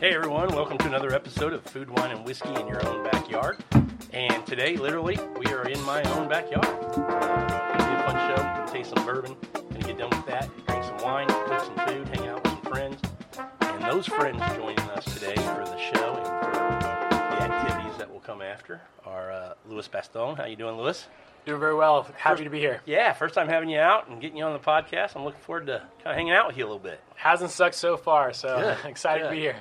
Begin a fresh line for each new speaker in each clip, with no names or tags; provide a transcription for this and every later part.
Hey everyone, welcome to another episode of Food, Wine, and Whiskey in Your Own Backyard. And today, literally, we are in my own backyard. It's gonna be a fun show. Gonna taste some bourbon. Gonna get done with that. Drink some wine, cook some food, hang out with some friends. And those friends joining us today for the show and for the activities that will come after are uh, Louis Bastone. How you doing, Louis?
Doing very well. Happy to be here.
Yeah, first time having you out and getting you on the podcast. I'm looking forward to kind of hanging out with you a little bit.
Hasn't sucked so far, so
Good,
excited
good.
to be here.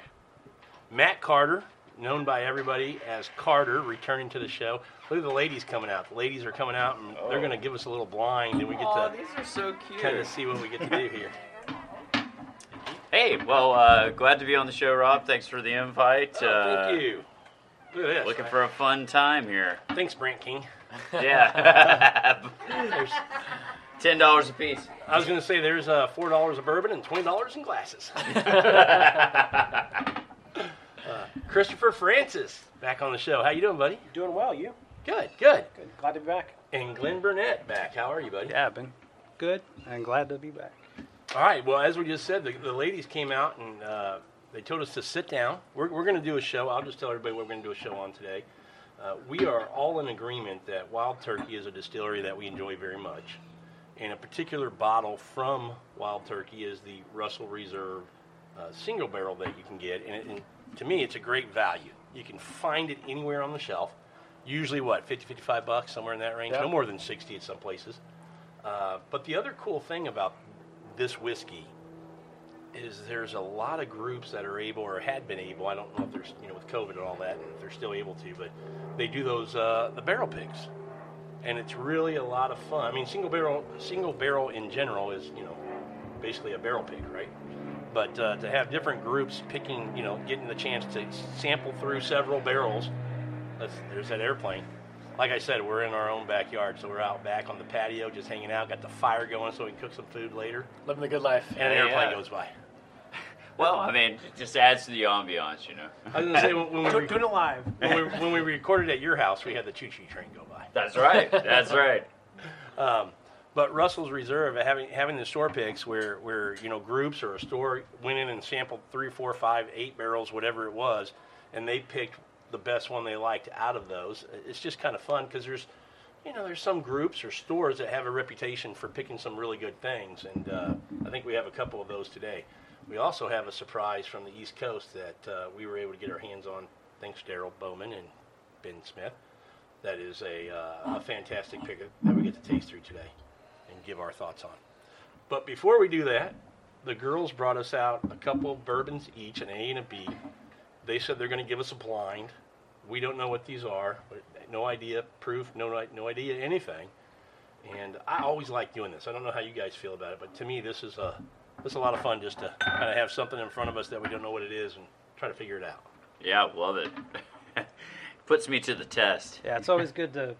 Matt Carter, known by everybody as Carter, returning to the show. Look at the ladies coming out. The ladies are coming out, and they're going to give us a little blind, and we get
Oh. Aw,
to
these are so cute.
kind of see what we get to do here.
Hey, well, uh, glad to be on the show, Rob. Thanks for the invite.
Oh,
uh,
thank you. Look at this.
Looking for a fun time here.
Thanks, Brant King.
Yeah.
There's,
Ten dollars a piece.
I was going to say there's uh, four dollars of bourbon and twenty dollars in glasses. Uh, Christopher Francis back on the show. How you doing, buddy?
Doing well, you?
Good, good.
Good. Glad to be back.
And Glenn Burnett back. How are you, buddy?
Yeah, been good and glad to be back.
All right. Well, as we just said, the, the ladies came out and uh, they told us to sit down. We're, we're going to do a show. I'll just tell everybody what we're going to do a show on today. Uh, we are all in agreement that Wild Turkey is a distillery that we enjoy very much. And a particular bottle from Wild Turkey is the Russell Reserve uh, single barrel that you can get. And, it, and to me, it's a great value. You can find it anywhere on the shelf. Usually, what, 50, 55 bucks, somewhere in that range?
Yeah.
No more than 60 at some places. Uh, but the other cool thing about this whiskey is there's a lot of groups that are able or had been able. I don't know if there's you know with COVID and all that, if they're still able to, but they do those uh, the barrel picks, and it's really a lot of fun. I mean, single barrel single barrel in general is you know basically a barrel pick, right? But uh, to have different groups picking, you know, getting the chance to sample through several barrels. That's, there's that airplane. Like I said, we're in our own backyard, so we're out back on the patio, just hanging out. Got the fire going, so we can cook some food later.
Living the good life.
And an
Yeah.
airplane goes by.
Well, I mean, it just adds to the ambiance, you know.
I was gonna say when, when, we,
Doing it live.
when, we, when we recorded at your house, we had the choo-choo train go by.
That's right. That's right.
But Russell's Reserve having having the store picks where where you know groups or a store went in and sampled three, four, five, eight barrels, whatever it was, and they picked the best one they liked out of those. It's just kind of fun because there's you know there's some groups or stores that have a reputation for picking some really good things, and uh, I think we have a couple of those today. We also have a surprise from the East Coast that uh, we were able to get our hands on, thanks to Daryl Bowman and Ben Smith. That is a, uh, a fantastic pick that we get to taste through today and give our thoughts on. But before we do that, the girls brought us out a couple bourbons each, an A and a B. They said they're going to give us a blind. We don't know what these are. but No idea, proof, no, no idea, anything. And I always like doing this. I don't know how you guys feel about it, but to me, this is a, this is a lot of fun just to kind of have something in front of us that we don't know what it is and try to figure it out.
Yeah, love it. Puts me to the test.
Yeah, it's always good to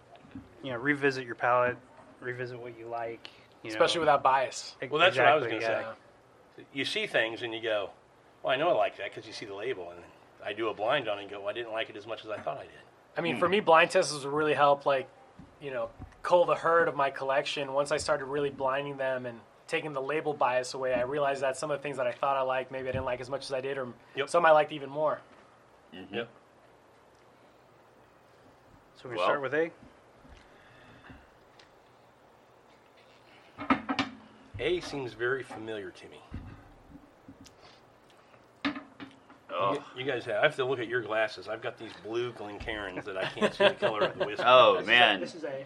you know revisit your palate, revisit what you like. You
Especially without bias.
without.
Well, that's what I was gonna
say.
you see things and you go, well, I know I like that because you see the label. And I do a blind on it and go, well, I didn't like it as much as I thought I did.
I mean, for me, blind tests would really help, like, you know, cull the herd of my collection. Once I started really blinding them and taking the label bias away, I realized that some of the things that I thought I liked, maybe I didn't like as much as I did, or
Yep.
some I liked even more.
Mm-hmm.
Yep.
So we
Well.
start with A.
A seems very familiar to me.
Oh,
You guys have. I have to look at your glasses. I've got these blue Glencairns that I can't see the color of the whiskey.
oh man.
is A.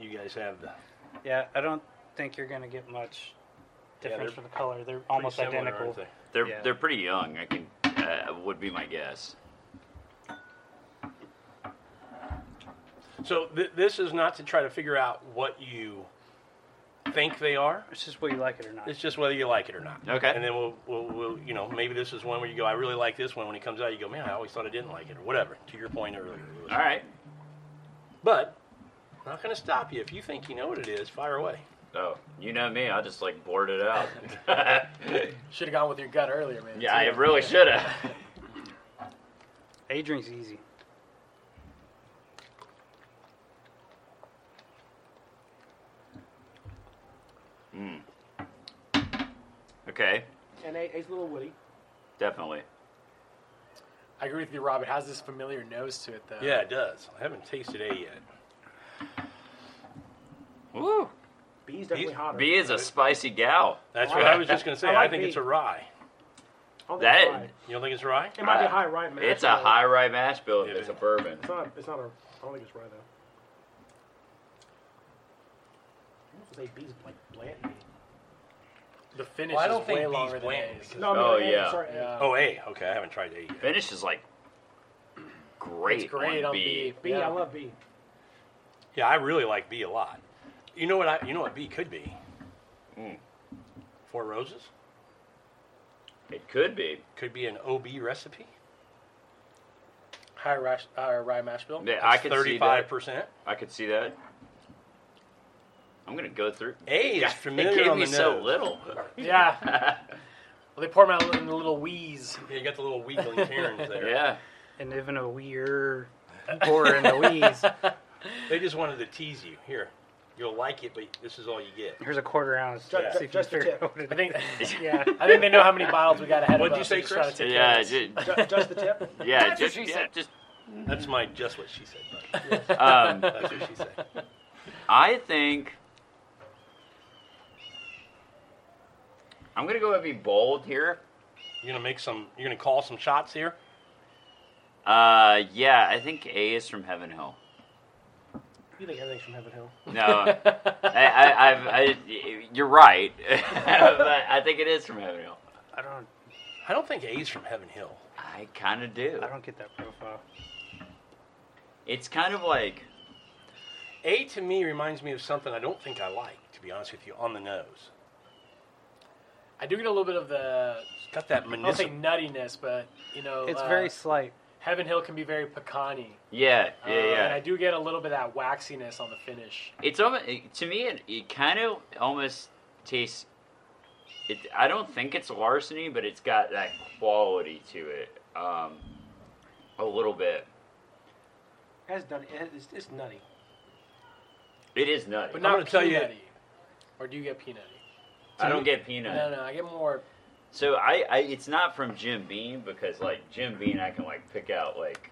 You guys have the.
Yeah, I don't think you're gonna get much
Yeah,
difference
they're
from the color. They're almost
pretty similar,
identical.
aren't they?
They're
Yeah.
they're pretty young. I can uh, would be my guess.
So th- this is not to try to figure out what you think they are.
It's just whether you like it or not.
It's just whether you like it or not.
Okay.
And then we'll, we'll, we'll, you know, maybe this is one where you go, I really like this one. When it comes out, you go, man, I always thought I didn't like it, or whatever. To your point earlier. Louis.
All right.
But I'm not going to stop you. If you think you know what it is, fire away.
Oh, you know me. I just like bored it out.
Should have gone with your gut earlier, man.
yeah, I really should have.
A drink's easy.
Okay,
And A, A's a little woody.
definitely.
I agree with you, Rob. It has this familiar nose to it, though.
Yeah, it does. I haven't tasted A yet.
Woo.
B's definitely
B's-
hotter.
B is a spicy gal.
That's
I
what
like-
I was just going to say.
I
I,
like
think
B.
it's a rye.
I don't think
That-
it's rye.
You don't think it's rye?
It might be a high rye mash.
It's a
though.
high rye mash bill. It's a bourbon.
It's not. It's not a. I don't think it's rye though. I don't know if they B's like bland.
The finish
Well, I don't
is way
think B's
longer than
bland
A's.
because-
No, I mean,
Oh,
A,
yeah.
Sorry, A.
Yeah.
Oh, A. Okay, I haven't tried A yet.
Finish is like great,
It's great
on,
on
B.
B.
B,
Yeah.
I love B.
Yeah, I really like B a lot. You know what? I you know what B could be.
Mm.
Four Roses
It could be.
could be an OB recipe.
High rye, uh, rye mash bill.
Yeah, I could see
Thirty-five
that.
percent.
I could see that. I'm gonna go through.
A is
God,
familiar
It gave
on
me
the
so
nose.
little.
Yeah. Well, they pour them out in a little wheeze.
Yeah, you got the little weakling Karens there.
yeah.
And even a weir or in the wheeze.
They just wanted to tease you. Here, you'll like it, but this is all you get.
Here's a quarter ounce.
Ju-
Yeah.
See if you
Just the
figure
tip.
out what it
I think.
Yeah.
I think they know how many bottles we got ahead
What'd
of
you
us.
say,
They're just trying
Chris?
to take care
Yeah.
of
Ju-
Ju- just the tip.
yeah.
That's what
Just,
she
yeah,
said.
just
That's my just what she said. bud.
um,
That's what she said.
I think I'm gonna go and be bold here.
You're gonna make some. You're gonna call some shots here.
Uh, yeah, I think A is from Heaven Hill.
You think everything's from Heaven Hill?
No, I, I, I've, I, you're right, but I think it is from Heaven Hill.
I don't
I don't think A's from Heaven Hill.
I kind of do.
I don't get that profile.
It's kind of like
A to me reminds me of something I don't think I like, to be honest with you, on the nose.
I do get a little bit of the.
It's got that
I don't say
municipal.
nuttiness, but you know,
It's
uh,
very slight.
Heaven Hill can be very pecany.
yeah,
Uh,
yeah,
And
yeah.
I do get a little bit of that waxiness on the finish.
It's almost to me. It, it kind of almost tastes. It. I don't think it's larceny, but it's got that quality to it. Um, a little bit.
That's nutty. It's, it's nutty.
It is nutty.
But
I'm
not
gonna tell you-
peanutty. Or do you get peanutty?
I don't get
No,
peanut.
no, I get more.
So I, I, it's not from Jim Beam because like Jim Beam, I can like pick out like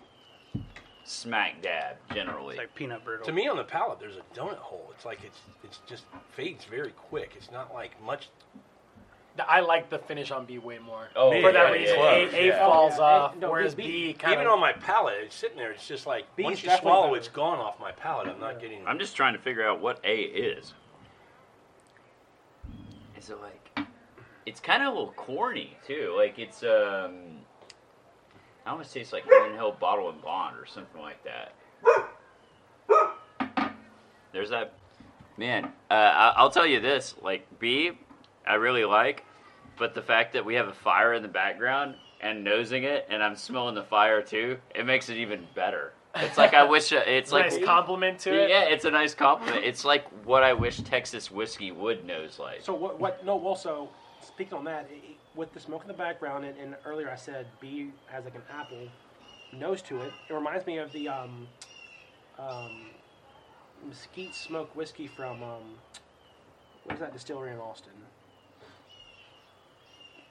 smack dab generally.
It's like peanut brittle.
To me, on the palate, there's a donut hole. It's like it's it's just fades very quick. It's not like much.
I like the finish on B way more.
oh,
me,
For that
yeah,
reason,
yeah,
A, A
yeah.
falls
Oh, yeah, A-
off,
no, B-
whereas
B-
B, kind
Even
of.
on my palate, it's sitting there. It's just like
B's
once you
definitely
swallow,
better.
it's gone off my palate. I'm not getting.
I'm just trying to figure out what A is. Is it like? It's kind of a little corny too. Like it's um, I almost taste like Green Hill Bottle and Bond or something like that. There's that man. Uh, I, I'll tell you this: like B, I really like, but the fact that we have a fire in the background and nosing it, and I'm smelling the fire too, it makes it even better. It's like I wish. uh, It's like
nice compliment to it.
yeah, it's a nice compliment. It's like what I wish Texas whiskey would nose like.
So what? What? No. Also, speaking on that, it, it- with the smoke in the background, and, and earlier I said B has like an apple nose to it. It reminds me of the um, um, mesquite smoke whiskey from um, what is that distillery in Austin?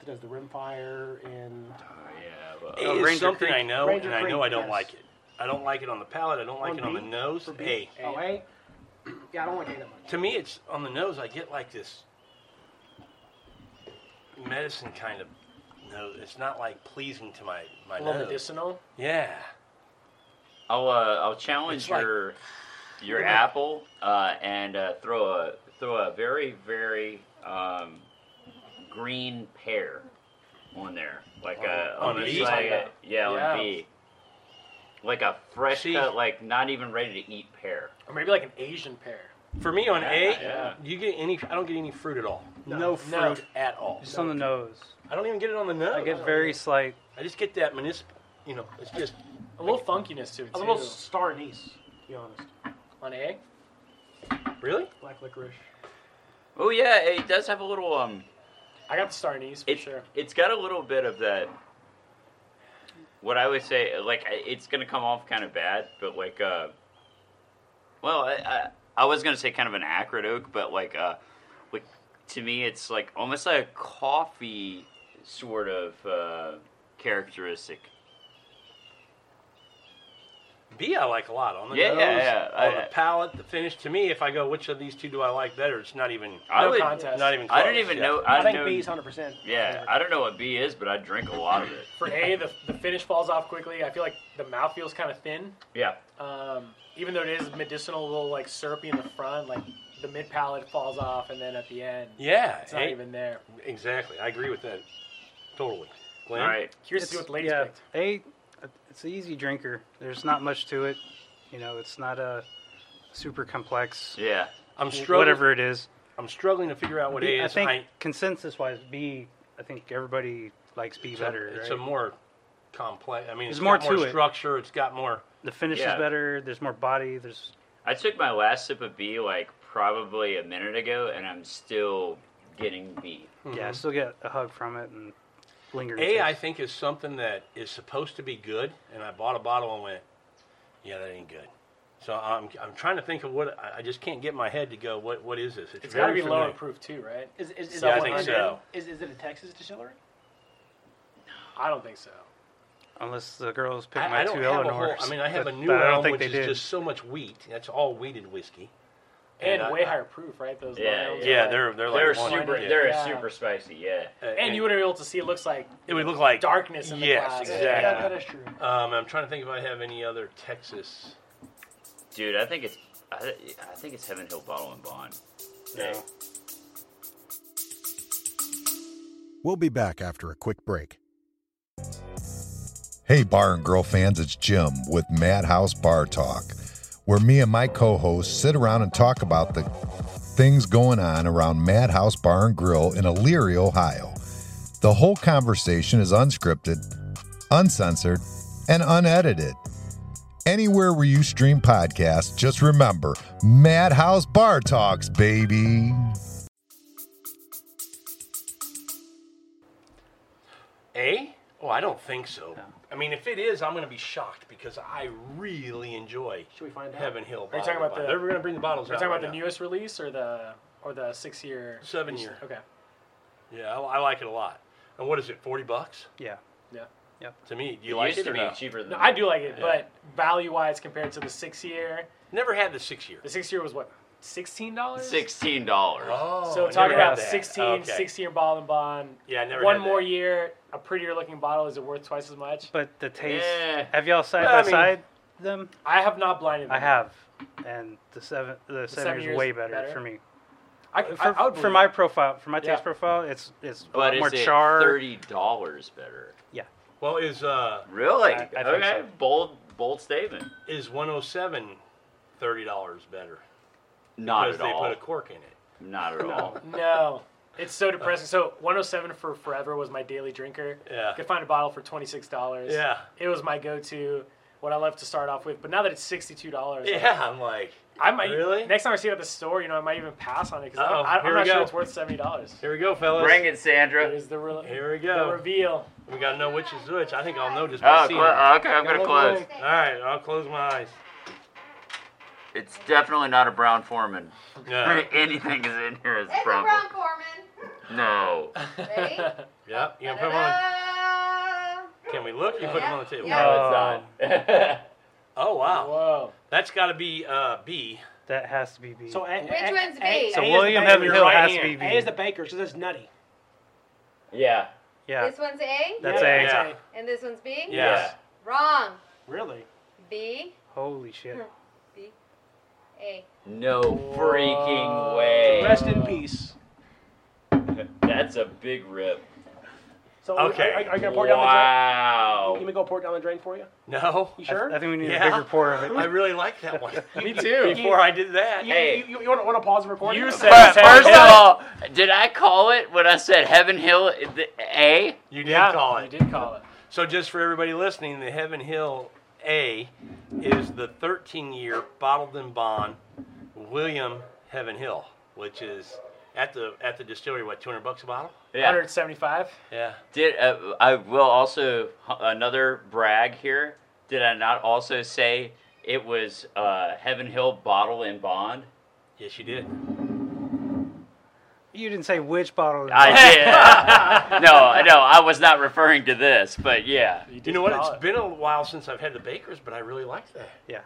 That does the rimfire and
Oh, yeah, well,
A
Oh,
is
Ranger
something
Creek.
I know,
Ranger
and I know
Creek,
I don't
yes.
like it. I don't like it on the palate. I don't like
On
it on the
B?
nose.
for
A.
B. Oh, A. Yeah, I don't like A that much.
To me, it's on the nose. I get like this medicine kind of. No, it's not like pleasing to my my
A little
nose.
medicinal.
Yeah,
I'll uh, I'll challenge
It's like-
your your apple uh, and uh, throw a throw a very very um, green pear on there, like a
On
almost
B?
like a- yeah,
Yeah.
on B, like a fresh
See?
cut, like not even ready to eat pear.
Or maybe like an Asian pear.
for me on A,
Yeah.
you get any? I don't get any fruit at all. No,
No.
fruit at all.
Just on the nose.
I don't even get it on the nose.
I get very slight.
I just get that municipal. You know, it's just
A little funkiness to it,
A
too.
little star anise, to be honest.
on A?
really.
Black licorice.
Oh yeah, it does have a little um.
I got the star anise for
it,
sure.
It's got a little bit of that. What I would say, like I- it's gonna come off kind of bad, but like, uh, well, I, I, I was gonna say kind of an acrid oak, but like, uh, like to me, it's like almost like a coffee sort of uh, characteristic
B I like a lot on the
Yeah,
nose,
yeah, yeah.
on
I-
the palate, the finish. To me, if I go, which of these two do I like better? It's not even.
I
no
would-
contest.
Not even.
I
do
don't even know. I,
I think
know,
B's 100%.
Yeah, I don't know what B is, but I drink a lot of it.
For A, the, the finish falls off quickly. I feel like the mouth feels kind of thin.
Yeah,
Um, even though it is medicinal, a little like syrupy in the front, like the mid palate falls off, and then at the end,
Yeah,
it's not
eh,
even there.
exactly. I agree with that. Totally.
all
Glenn?
right.
Curious to see what the ladies
yeah,
picked.
they, it's an easy drinker. There's not much to it. You know, it's not a super complex
Yeah,
I'm struggling.
whatever it is.
I'm struggling to figure out what
B-
A
I
is.
think
I-
consensus wise, B. I think everybody likes B
it's a-
better.
It's
right?
a more complex. I mean,
There's
it's
more
got more
to it.
structure. It's got more.
the finish
yeah.
is better. There's more body. There's
I took my last sip of B like probably a minute ago, and I'm still getting B.
yeah, I still get a hug from it and lingering.
Mm-hmm. A,
taste.
I think, is something that is supposed to be good, and I bought a bottle and went, "Yeah, that ain't good." So I'm, I'm trying to think of what I I just can't get my head to go. What what is this?
It's got to
very
be lower
familiar.
proof too, right?
Is, is, is
Yeah, I
it
think
100?
so.
Is, is it a Texas distillery?
I don't think so.
Unless the girls pick my
I, I don't
two
have a
Eleanors.
whole. I mean, I have
but-
a new
but I don't
elm, which
think they
is
did.
just so much wheat. That's all weeded whiskey.
And,
I-
way
I-
higher proof, right? Those
Yeah,
Lionels are
Yeah,
like-
they're they're like
They're
one-
super.
yeah.
They're
Yeah.
super spicy. Yeah.
Uh,
And you would have been able to see it looks like
it would look like
darkness in the
yes,
glass.
exactly.
Yeah, that- that is true.
Um, I'm trying to think if I have any other Texas.
Dude, I think it's I, I think it's Heaven Hill Bottle and Bond.
No.
We'll be back after a quick break.
Hey, Bar and Grill fans, it's Jim with Madhouse Bar Talk, where me and my co hosts sit around and talk about the things going on around Madhouse Bar and Grill in Elyria, Ohio. The whole conversation is unscripted, uncensored, and unedited. Anywhere where you stream podcasts, just remember Madhouse Bar Talks, baby.
A? Oh, I don't think so. I mean, if it is, I'm going to be shocked because I really enjoy
Should we find out?
Heaven Hill.
Are you talking about the-
They're going to bring the bottles
Are you
out.
talking
right
about the
now.
newest release or the or the six year?
Seven year.
Okay.
Yeah, I, I like it a lot. And what is it? Forty bucks
yeah,
Yeah.
to me. Do you
It
like
used
it
to
or
be
no?
cheaper than
No, I do like it,
Yeah.
but value wise compared to the six year,
Never had the six year.
the six year was what sixteen dollars.
sixteen dollars.
Oh,
So
I
talking
never had
about
that.
16,
Okay.
60 year ball and bond.
Yeah, I never
One
had
more
that.
year, a prettier looking bottle. Is it worth twice as much?
but the taste.
Yeah.
Have y'all side
Well, I
by
mean-
side them?
I have not blinded.
I
them.
have, and the seven the, seven
seven
years
years
way better,
better?
for me.
I,
For,
I, I would
for
believe
my
it.
profile, for my taste
Yeah.
profile, it's it's a
But
lot
is
more
it
char.
thirty dollars better?
Yeah,
Well, is uh
Really?
I- I think
okay.
so.
Bold bold statement.
is one hundred seven thirty dollars better
Not
because
at
they
all.
put a cork in it.
Not at all.
No. It's so depressing. So 107 for forever was my daily drinker.
Yeah.
Could find a bottle for twenty six dollars.
Yeah.
It was my go to, what I love to start off with. But now that it's sixty two dollars,
Yeah, I'm like,
I might
Really?
next time I see it at the store, you know, I might even pass on it because
Uh-oh,
I'm
here
not
we
sure
go.
it's worth seventy dollars.
here we go, fellas.
Bring it, Sandra.
Here's the re-
Here we
The
go.
reveal.
We got to know which is which. I think I'll know just by
Oh,
seeing.
cl-
it.
oh, okay. I'm gonna close.
All right, I'll close my eyes.
It's definitely not a Brown Foreman.
Yeah.
Anything is in here is
It's a
Brown.
Brown Foreman.
No.
Ready?
Yep. You gonna put 'em on?
Ta-da!
Can we look? You put them on the table.
Yeah. No.
No, it's not.
Oh wow,
Whoa.
that's got to be uh, B.
that has to be B.
So A,
Which
A,
one's
A,
B?
So
A is
William
the baker,
Evan
your
Hill
right
has to
hand.
be
A
B.
is the baker, so that's nutty.
yeah.
yeah,
This one's A
that's
yeah,
A.
that's
Yeah.
and this one's B?
Yes.
Wrong.
Really?
B,
Holy shit!
B, A.
No freaking
Rest
way.
in peace.
That's a big rip.
So
Okay.
Are, are you gonna pour down the
Wow.
drain? You me go pour it down the drain for you?
No.
You
I,
sure?
I think we need
Yeah.
a bigger pour of it.
I really like that one.
Me too.
Before I did that,
you,
Hey.
you, you, want, want to pause the recording?
You
Okay.
said-
First of all, did I call it when I said Heaven Hill the A?
you did call it.
You did call it.
So just for everybody listening, the Heaven Hill A is the 13-year bottled and bond William Heaven Hill, which is at the at the distillery. What 200 bucks a bottle?
Yeah.
175.
Yeah.
Did uh, I will also another brag here? Did I not also say it was uh, Heaven Hill Bottle and Bond?
Yes, you did.
You didn't say which bottle. of vodka.
I did. no, no, I was not referring to this, but yeah.
You know what? It's been a while since I've had the Bakers, but I really like that.
Yeah.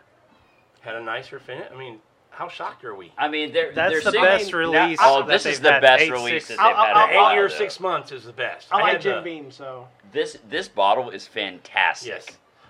Had a nicer finish. I mean, how shocked are we?
I mean, they're,
That's
they're
the
singing-
best
now-
release
Oh,
that
this is
they've
the
had,
best
eight,
release that
six-
they've had. in a while,
Eight years,
though.
six months is the best.
I like
had
Jim
the-
Beam, so
This this bottle is fantastic.
Yes.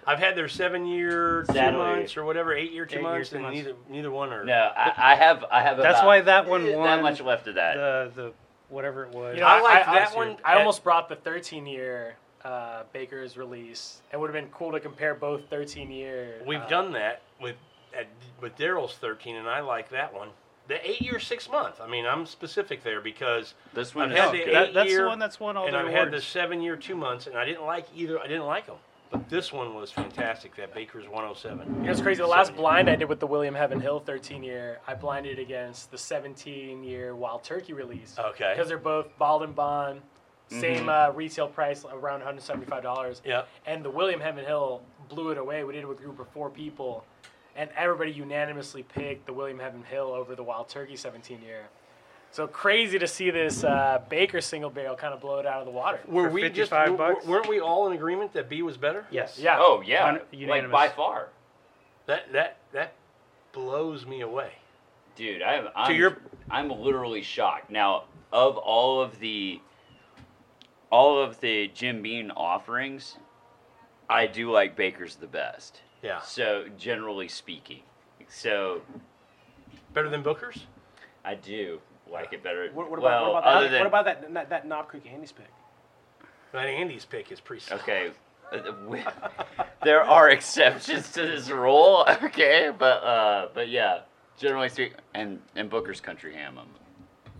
I've had their seven year, two
Sadly.
months, or whatever, eight year, two
Eight year,
months,
two
and
months.
neither neither one are.
No, I, I have I have.
That's
about- eh,
why that one
That
won
much left of that.
The the whatever it was.
You know,
I
I
like
I-
that
honestly,
one
I
at-
almost brought the 13 year uh, Baker's release. It would have been cool to compare both 13 year. uh,
We've done that with at, with Daryl's thirteen, and I like that one. The eight year, six month. I mean, I'm specific there because
this one
I've
is
had
good.
the
that, that's
eight-year,
the one that's won all
and
the
I've
awards.
had the seven year, two months, and I didn't like either. I didn't like them, but this one was fantastic. That Baker's 107.
It was crazy. The last blind I did with the William Heaven Hill 13 year, I blinded against the 17 year Wild Turkey release.
Okay.
Because they're both Bald and Bond,
Mm-hmm.
same uh, retail price, around $175.
Yep.
And the William Heaven Hill blew it away. We did it with a group of four people, and everybody unanimously picked the William Heaven Hill over the Wild Turkey 17 year. So crazy to see this uh, Baker single barrel kind of blow it out of the water.
Were
For
we just
55
w- w-
bucks?
weren't we all in agreement that B was better?
yes.
Yeah.
Oh yeah,
Un-
like
unanimous.
by far,
That that that blows me away.
dude. I'm I'm,
your-
I'm literally shocked now. Of all of the all of the Jim Bean offerings, I do like Baker's the best.
Yeah.
So generally speaking, so
Better than Booker's?
I do like it better.
what, what about,
well,
what, about
other
that,
than
what about that, that that Knob Creek Andy's pick?
That Andy's pick is pretty. solid.
Okay. Uh, we- there are exceptions to this rule, okay, but uh, but yeah, generally speaking, and and Booker's Country Ham. I'm-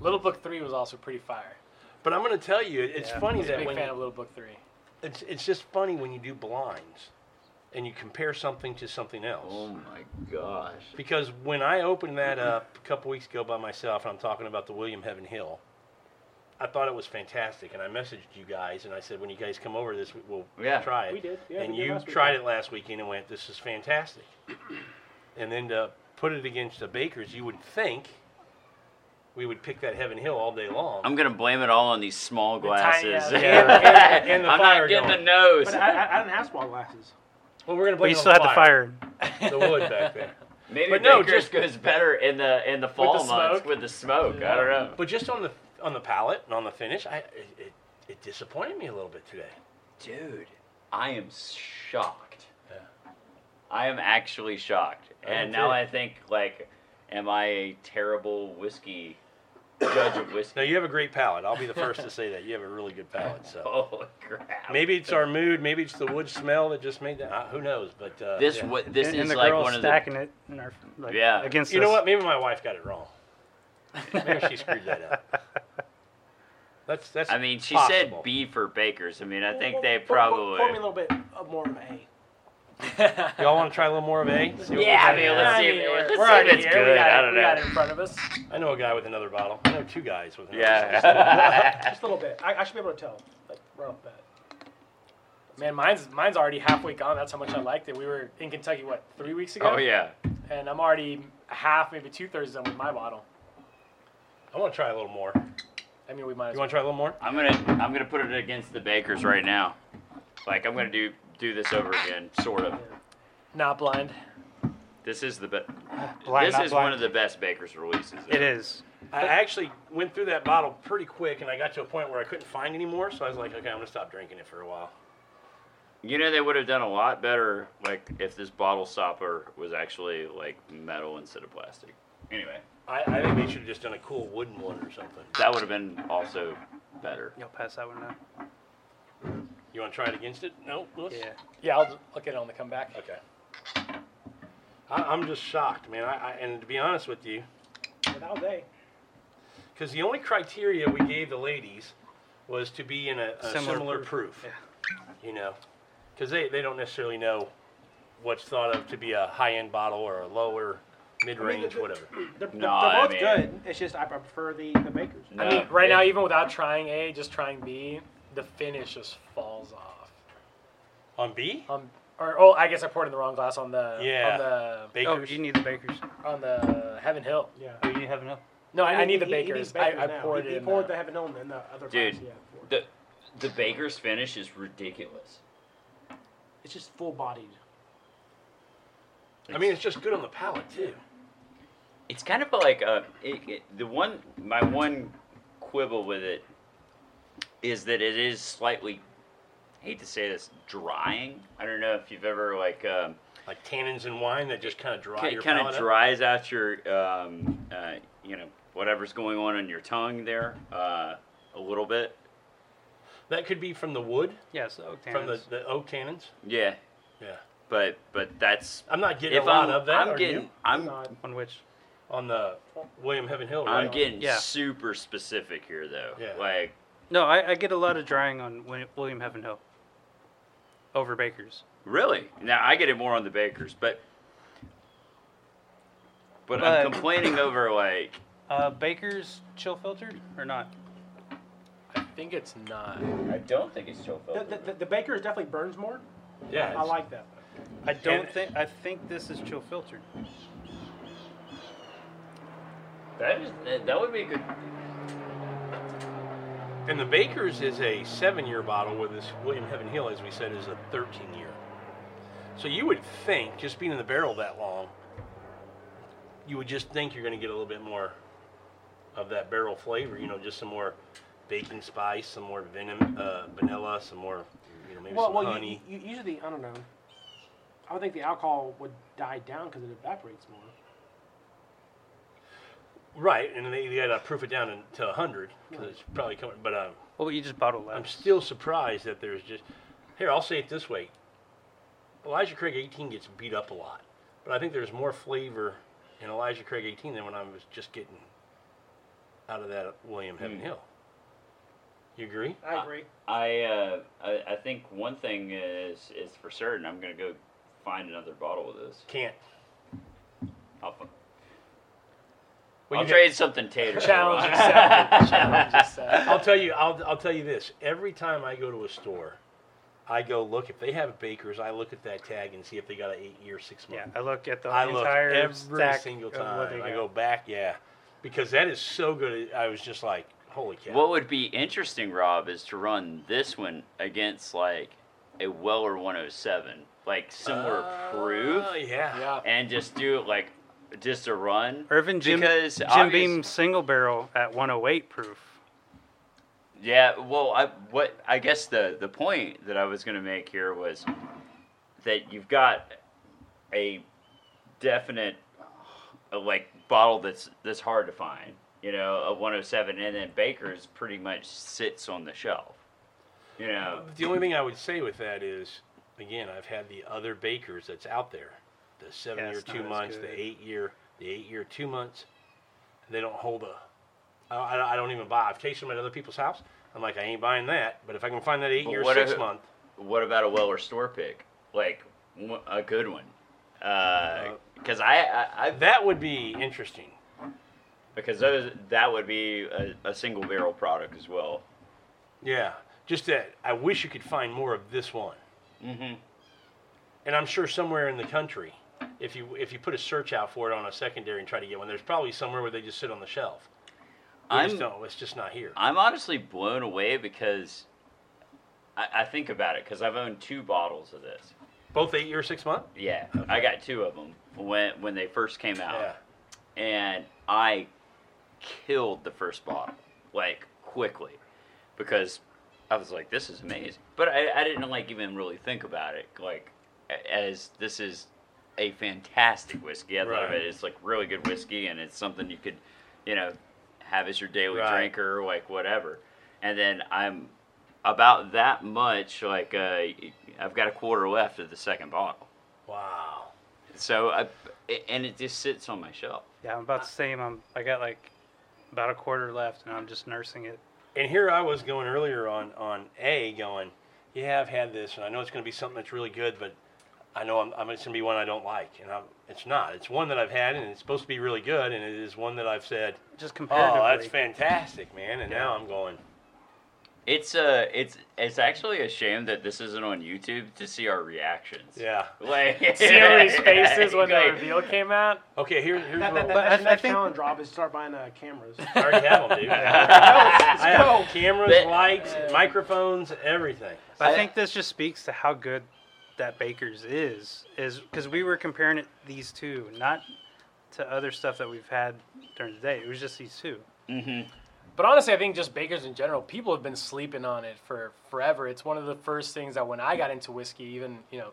Little Book 3 was also pretty fire.
But I'm going to tell you, it's
I
funny
was a
that
big
when
fan of Little Book 3.
it's it's just funny when you do blinds, and you compare something to something else.
oh my gosh,
Because when I opened that up a couple weeks ago by myself, and I'm talking about the William Heaven Hill, I thought it was fantastic, and I messaged you guys, and I said, when you guys come over this, week, we'll
Yeah.
try it.
We did. Yeah,
and
we did
you
last
tried
weekend.
it last weekend and went, this is fantastic. and then to put it against the Bakers, you would think we would pick that Heaven Hill all day long.
I'm gonna blame it all on these small
tiny
glasses.
ass-
Yeah, and- and the
I'm
fire
not getting
going.
the nose.
But I, I, I didn't have small glasses.
well, we're going to
But
blame
you
it on
still had the fire.
the wood back there.
Maybe
but no,
no, Baker's
just-
goes better in the in the fall months
smoke?
with the smoke. I don't know.
But just on the on the palate and on the finish, I it, it, it disappointed me a little bit today.
Dude, I am shocked. I am actually shocked. and now
too.
I think, like, am I a terrible whiskey judge of
Now
whiskey?
you have a great palate. I'll be the first to say that you have a really good palate. So
Holy crap.
maybe it's our mood. Maybe it's the wood smell that just made that. Uh, who knows? But uh,
this
yeah.
what this
and,
is
and the
like
girls
one of the
stacking it in our, like,
Yeah.
against
you know
us.
what? Maybe my wife got it wrong. Maybe she screwed that up. That's that's.
I mean, she
possible.
said B for bakers. I mean, I think
Well,
they
pour- pour- Pour me a
probably.
little bit of more of A.
Y'all want to try a little more of A? See what
Yeah, I
we
mean,
got?
let's see
I mean,
if,
we're-
let's see
we're
if
already
it's
here. We
good.
got
I
it-
don't
we got it
know.
in front of us.
I know a guy with another bottle. I know two guys with. Another
Yeah.
Just a little bit. I, I should be able to tell. Like, right off the bat.
Man, mine's mine's already halfway gone. That's how much I liked it. We were in Kentucky what three weeks ago.
oh yeah.
and I'm already half, maybe two thirds done with my bottle.
I want to try a little more.
I mean, we might. As
You
well.
want to try a little more?
I'm gonna I'm gonna put it against the bakers right now. Like I'm gonna do do this over again, sort of.
Not blind.
This is the best.
Blind,
This
not
is
blind.
one of the best Baker's releases.
It is.
I actually went through that bottle pretty quick, and I got to a point where I couldn't find any more. So I was like, okay, I'm gonna stop drinking it for a while.
You know they would have done a lot better, like if this bottle stopper was actually like metal instead of plastic. Anyway,
I, I think they should have just done a cool wooden one or something.
that would have been also better.
You'll pass that one now.
You want to try it against it? No. Let's-
Yeah.
Yeah, I'll look at it on the comeback.
Okay. I, I'm just shocked, man. I, I, and to be honest with you,
But that was A.
because the only criteria we gave the ladies was to be in a, a similar,
Similar
proof. You know, because they, they don't necessarily know what's thought of to be a high end bottle or a lower, mid range,
the-
whatever.
They're, they're,
No,
they're
I
both
mean-
good. It's just I prefer the, the Bakers.
No,
I mean, right now, even without trying A, just trying B, the finish just falls off.
On B?
Um, or oh, I guess I poured in the wrong glass on the
Yeah.
on the
Bakers.
Oh, you need the bakers.
on the Heaven Hill.
Yeah.
Oh, you have enough.
No, I, I need the
he- he
Bakers.
needs Bakers
I, I
now.
poured
he,
it
He
in.
poured
uh,
the heaven on in the other
Dude.
box, yeah, poured.
The the baker's finish is ridiculous.
It's just full bodied.
I mean, it's just good on the palate too.
It's kind of like uh, it, it, the one my one quibble with it is that it is slightly hate to say this drying. I don't know if you've ever like um,
Like tannins in wine that just kind of dry your
it kind
palate
of
up.
dries out your um, uh, you know whatever's going on in your tongue there uh, a little bit.
That could be from the wood,
Yes, oh, oak
from the,
tannins.
the oak tannins.
Yeah,
Yeah,
but but that's
I'm not getting
if
a lot
I'm,
of that.
I'm
are
getting
you?
I'm
Not
on which
on the William Heaven Hill, right?
I'm getting
Yeah.
super specific here though.
Yeah.
Like
no, I, I get a lot of drying on Wi- William Heaven Hill over Baker's.
Really? Now I get it more on the bakers, but but, I'm
But-
complaining over like
Uh, Baker's chill filtered or not?
I think it's not.
I don't think it's chill
the, the, the, the Bakers definitely burns more.
yeah,
I like that.
I don't
And-
think. I think this is chill filtered.
That is that would be a good.
And the Baker's is a seven-year bottle, where this William Heaven Hill, as we said, is a 13-year. So you would think, just being in the barrel that long, you would just think you're going to get a little bit more of that barrel flavor. You know, just some more baking spice, some more venom, uh, vanilla, some more, you know, maybe
Well,
some
well, you,
honey.
you, usually I don't know. I would think the alcohol would die down because it evaporates more.
Right, and they, they got to proof it down in- to 100 because it's probably coming. But um,
Well, you just bottle that.
I'm still surprised that there's just. Here, I'll say it this way. Elijah Craig 18 gets beat up a lot, but I think there's more flavor in Elijah Craig 18 than when I was just getting out of that William Heaven Hill. You agree?
I agree.
I, uh, I I think one thing is is for certain. I'm gonna go find another bottle of this.
Can't.
I'll, fi-
Well,
I'll
you
trade something tater. for
Challenge
one.
accepted. Challenge accepted.
I'll tell you. I'll, I'll tell you this. Every time I go to a store, I go look if they have Baker's. I look at that tag and see if they got an eight year, six month.
yeah, I look at the
I look
entire
every
stack
single
of what they
time. I
got.
go back, yeah, because that is so good. I was just like, holy cow!
What would be interesting, Rob, is to run this one against like a Weller 107, like similar proof.
Oh yeah.
Yeah.
and just do it like just a run.
Irvin Jim,
because
Jim
obvious-
Beam single barrel at 108 proof.
Yeah, well, I what I guess the the point that I was gonna make here was that you've got a definite uh, like bottle that's that's hard to find. You know, a 107, and then Baker's pretty much sits on the shelf. You know,
The only thing I would say with that is, again, I've had the other bakers that's out there, the seven
Yeah,
year
it's
two
not as
months,
good.
the eight year, the eight year two months. They don't hold a. I, I I don't even buy. I've tasted them at other people's house. I'm like, I ain't buying that. But if I can find that eight
But
year,
what
six
if-
month,
what about a Weller store pick? Like wh- a good one, because I, I I've
that would be interesting.
Because those, that would be a, a single barrel product as well.
Yeah, just that. I wish you could find more of this one.
Mhm.
And I'm sure somewhere in the country, if you if you put a search out for it on a secondary and try to get one, there's probably somewhere where they just sit on the shelf. We
I'm,
just don't. It's just not here.
I'm honestly blown away because I, I think about it because I've owned two bottles of this.
Both eight year, six month.
Yeah, I got two of them when when they first came out,
Yeah.
and I killed the first bottle like quickly because I was like, "This is amazing," but I, I didn't like even really think about it like a- as this is a fantastic whiskey. I thought of
Right.
it. It's like really good whiskey, and it's something you could, you know, have as your daily
Right.
drinker, like whatever. And then I'm about that much like uh, I've got a quarter left of the second bottle.
Wow.
So I, and it just sits on my shelf.
Yeah, I'm about the same. I'm I got like about a quarter left, and I'm just nursing it.
And here I was going earlier on on A, going, yeah, I've had this, and I know it's going to be something that's really good, but I know I'm, I'm it's going to be one I don't like, and I'm, it's not. It's one that I've had, and it's supposed to be really good, and it is one that I've said,
Just
oh,
comparatively.
that's fantastic, man. And now I'm going,
It's uh, it's it's actually a shame that this isn't on YouTube to see our reactions.
Yeah.
Like
See everybody's faces when the
like,
reveal came out.
Okay, here, here's
That, that,
what
that,
But I-
that's the
I
next
think-
challenge, Rob, is start buying uh, cameras.
I already have them, dude. I have cameras,
But-
lights, microphones, everything.
But I think this just speaks to how good that Baker's is, is because we were comparing it these two, not to other stuff that we've had during the day. It was just these two.
But honestly, I think just bakers in general, people have been sleeping on it for forever. It's one of the first things that when I got into whiskey, even you know,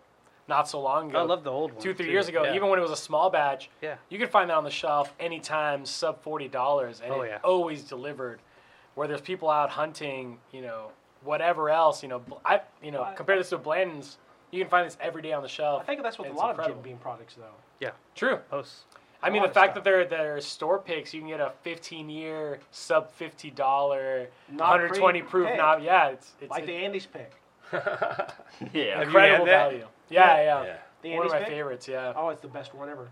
not so long ago,
I love the old one.
two three
too.
years ago,
Yeah.
even when it was a small batch,
Yeah.
you could find that on the shelf anytime, sub forty dollars, and
Oh,
it
yeah.
always delivered. Where there's people out hunting, you know, whatever else, you know, bl- I you know, compare this to Blandon's, you can find this every day on the shelf.
I think that's with a
and it's
lot
incredible.
of Jim Beam products, though.
Yeah.
True.
Posts.
I mean,
lot
the
of
fact
stuff.
that they're they're store picks, you can get a 15 year sub 50 dollar,
Not
120
pre-
proof
hey.
knob. Yeah, it's it's
Like
a
the Andy's pick.
yeah.
you had
incredible
that?
value. Yeah, yeah.
Yeah.
The
One of
Andy's
my
pick?
favorites. Yeah,
Oh, it's the best one ever.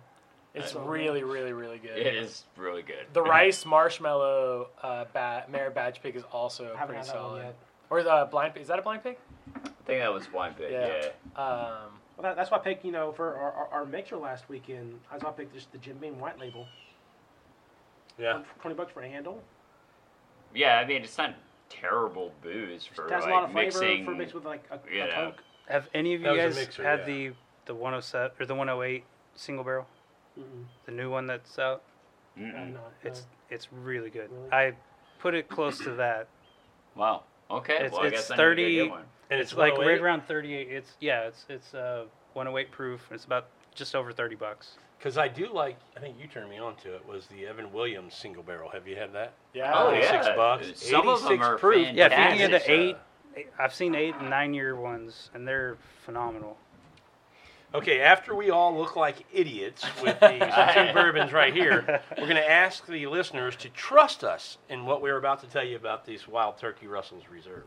it's really, really, really good.
It is really good.
The rice marshmallow uh, bat, merit badge pick is also
haven't
pretty
had that one
solid.
yet.
Or the blind pick. Is that a blind pick?
I think that was one bit.
Yeah.
Yeah.
Um,
Well, that, that's why I picked, you know, for our, our, our mixer last weekend, I was going to pick just the Jim Beam white label.
Yeah.
20 bucks for a handle.
Yeah. I mean, it's not terrible booze for
It has
like
a lot of flavor
mixing.
for mixed with like a, a
yeah.
Coke.
Have any of you
That was a
guys
mixer,
had
yeah.
the the 107 or the 108 single barrel?
Mm-hmm.
Mm-mm.
The new one that's out.
Uh,
Mm-mm.
no,
It's it's really good.
Really?
I put it close to that.
Wow. Okay.
It's-
well, I
it's
guess I need to go
30
get one.
And
It's like
108?
right around 38. It's yeah. It's it's uh 108 proof. It's about just over 30 bucks.
Because I do like, I think you turned me on to it, was the Evan Williams single barrel. Have you had that?
yeah.
Oh,
Only
yeah.
Six bucks.
Some of
86
them are
proof.
Yeah, if you
Fantastic.
can get the
Uh,
eight, I've seen eight and nine year ones, and they're phenomenal.
Okay, after we all look like idiots with these two bourbons right here, we're going to ask the listeners to trust us in what we're about to tell you about these Wild Turkey Russell's Reserve.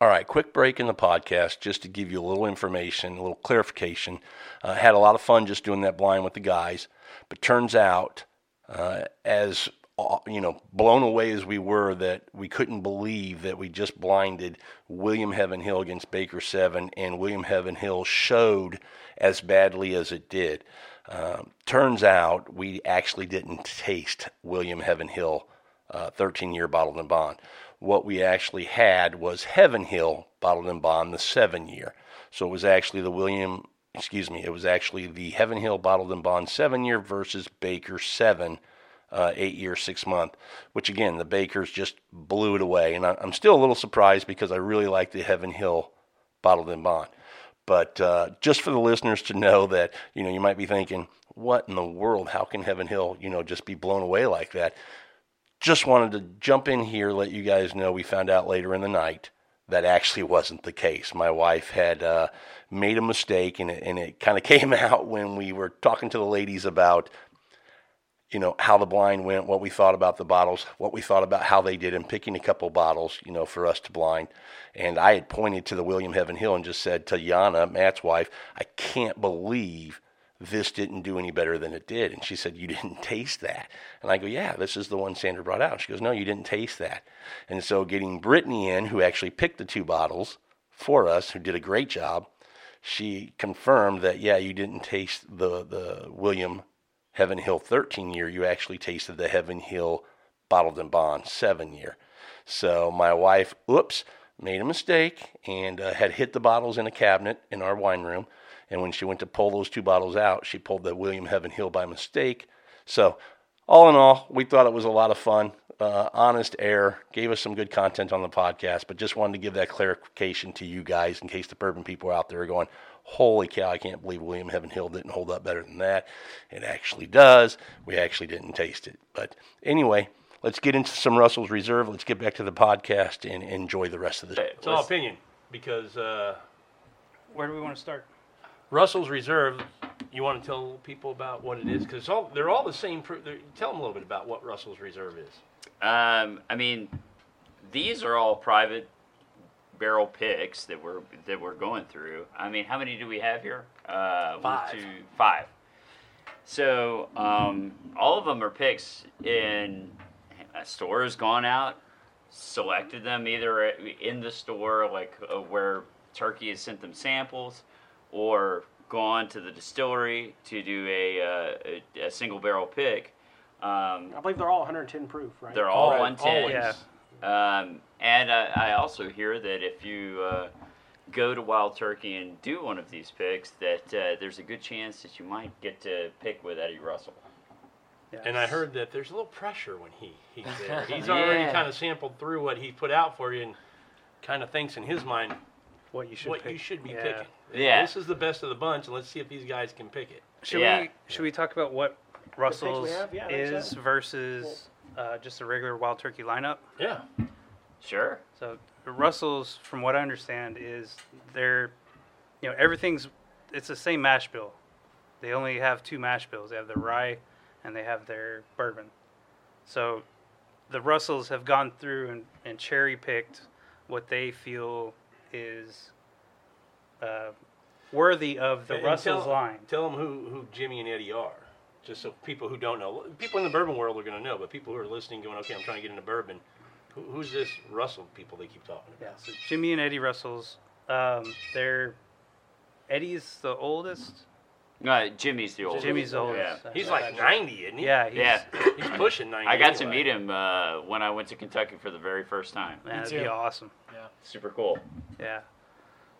All right, quick break in the podcast just to give you a little information, a little clarification. uh, had a lot of fun just doing that blind with the guys, but turns out, uh, as uh, you know, blown away as we were, that we couldn't believe that we just blinded William Heaven Hill against Baker Seven, and William Heaven Hill showed as badly as it did. Um, turns out we actually didn't taste William Heaven Hill uh, 13 year bottled and bond. What we actually had was Heaven Hill bottled and bond, the seven year. So it was actually the William, excuse me, it was actually the Heaven Hill bottled and bond seven year versus Baker seven, uh, eight year, six month, which again, the Bakers just blew it away. And I, I'm still a little surprised because I really like the Heaven Hill bottled and bond. But uh, just for the listeners to know that, you know, you might be thinking, what in the world? How can Heaven Hill, you know, just be blown away like that? just wanted to jump in here, let you guys know we found out later in the night that actually wasn't the case. My wife had uh, made a mistake, and it, and it kind of came out when we were talking to the ladies about, you know, how the blind went, what we thought about the bottles, what we thought about how they did in picking a couple bottles, you know, for us to blind. And I had pointed to the William Heaven Hill and just said to Yana, Matt's wife, I can't believe this didn't do any better than it did. And she said, You didn't taste that. And I go, Yeah, this is the one Sandra brought out. She goes, No, you didn't taste that. And so getting Brittany in, who actually picked the two bottles for us, who did a great job, she confirmed that, yeah, you didn't taste the, the William Heaven Hill 13 year. You actually tasted the Heaven Hill Bottled and Bond 7 year. So my wife, oops, made a mistake and uh, had hit the bottles in a cabinet in our wine room. And when she went to pull those two bottles out, she pulled the William Heaven Hill by mistake. So, all in all, we thought it was a lot of fun. Uh, honest air gave us some good content on the podcast, but just wanted to give that clarification to you guys in case the bourbon people are out there going, Holy cow, I can't believe William Heaven Hill didn't hold up better than that. It actually does. We actually didn't taste it. But anyway, let's get into some Russell's Reserve. Let's get back to the podcast and enjoy the rest of the It's all opinion because uh,
Where do we want to start?
Russell's Reserve. You want to tell people about what it is because all, they're all the same. pr- they're- Tell them a little bit about what Russell's Reserve is.
Um, I mean, these are all private barrel picks that we're that we're going through. I mean, how many do we have here? Uh,
Five.
One, two, five. So um, all of them are picks in uh, stores gone out, selected them either in the store, like uh, where Turkey has sent them samples, or gone to the distillery to do a, uh, a, a single barrel pick. Um,
I believe they're all 110 proof, right?
they're all
Right,
110.
always.
Um, and I, I also hear that if you uh, go to Wild Turkey and do one of these picks, that uh, there's a good chance that you might get to pick with Eddie Russell.
And I heard that there's a little pressure when he he's there. He's already
Yeah.
kind of sampled through what he put out for you, and kind of thinks in his mind
what you should
what
pick.
you should be
Yeah.
picking.
Yeah.
this is the best of the bunch, and let's see if these guys can pick it.
Should
Yeah.
we should we talk about what Russell's
have? Yeah, I think
is
so.
versus uh, just a regular wild turkey lineup?
Yeah,
Sure.
So Russell's, from what I understand, is they're you know everything's it's the same mash bill. They only have two mash bills. They have the rye, and they have their bourbon. So the Russells have gone through and, and cherry picked what they feel is uh, worthy of the
And
Russells
tell,
line.
Tell them who who Jimmy and Eddie are, just so people who don't know, people in the bourbon world are going to know, but people who are listening, going, okay, I'm trying to get into bourbon. Who, who's this Russell people they keep talking
Yeah,
about?
so Jimmy and Eddie Russells, um, they're Eddie's the oldest.
No, Jimmy's the old.
Jimmy's the oldest.
Yeah.
He's like 90, isn't he?
Yeah, he's,
Yeah.
he's pushing 90.
I got to meet him uh, when I went to Kentucky for the very first time.
Man, that'd
too.
be awesome.
Super cool.
Yeah,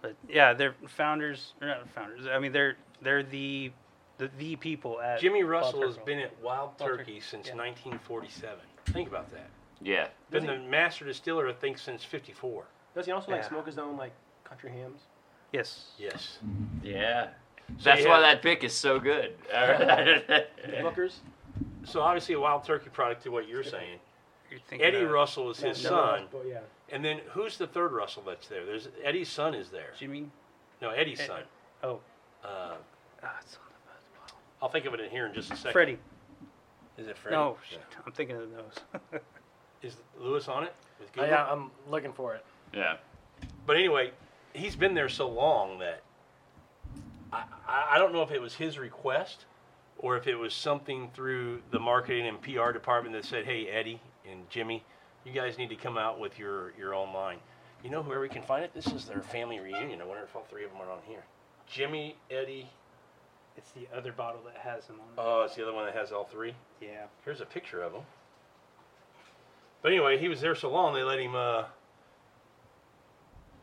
but yeah, they're founders. They're not founders. I mean, they're they're the the, the people at
Jimmy
Wild
Russell has
Turkey.
been at Wild
Turkey,
Turkey since
yeah.
1947. Think about that.
Yeah.
Been the master distiller, I think, since 54.
Does he also like
Yeah.
smoke his own like country hams?
Yes.
Yes.
Yeah. Mm-hmm. That's
yeah.
why that pick is so good.
Bookers.
So obviously, a Wild Turkey product to what you're saying.
You're thinking
Eddie
of
Russell is his son,
But yeah.
and then who's the third Russell that's there? There's Eddie's son is there.
Jimmy.
No, Eddie's son.
Oh,
Uh,
ah, it's on the bus.
I'll think of it in here in just a second.
Freddie.
Is it Freddie?
No, shit, I'm thinking of those.
Is Lewis on it? With
I,
Oh,
Google?
I'm looking for it.
yeah.
But anyway, he's been there so long that I, I- I don't know if it was his request or if it was something through the marketing and PR department that said, "Hey, Eddie and Jimmy, you guys need to come out with your your own line." You know, whoever can find it, this is their family reunion. I wonder if all three of them are on here. Jimmy, Eddie.
it's the other bottle that has them on.
Oh, it's the other one that has all three.
it. yeah.
Here's a picture of him. But anyway, he was there so long they let him uh,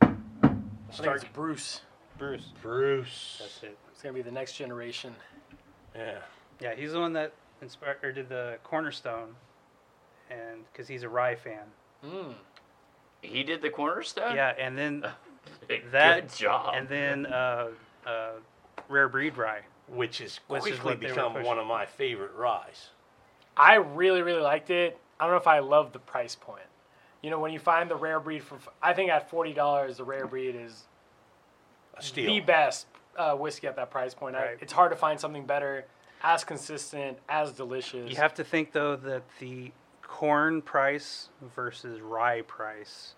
I think it's
start.
Bruce.
Bruce.
Bruce.
That's it.
It's gonna be the next generation.
Yeah.
Yeah, he's the one that inspired or did the Cornerstone, and because he's a Rye fan.
Mm.
He did the cornerstone?
Yeah, and then
That
that
good job.
and then uh, uh, Rare Breed Rye.
which has
Which is
quickly
what they were
become
pushing.
one of my favorite ryes.
I really, really liked it. I don't know if I love the price point. You know, when you find the rare breed for, I think at forty dollars, the rare breed is
A steal.
the best uh, whiskey at that price point. I,
Right.
it's hard to find something better, as consistent, as delicious.
You have to think though that the corn price versus rye price.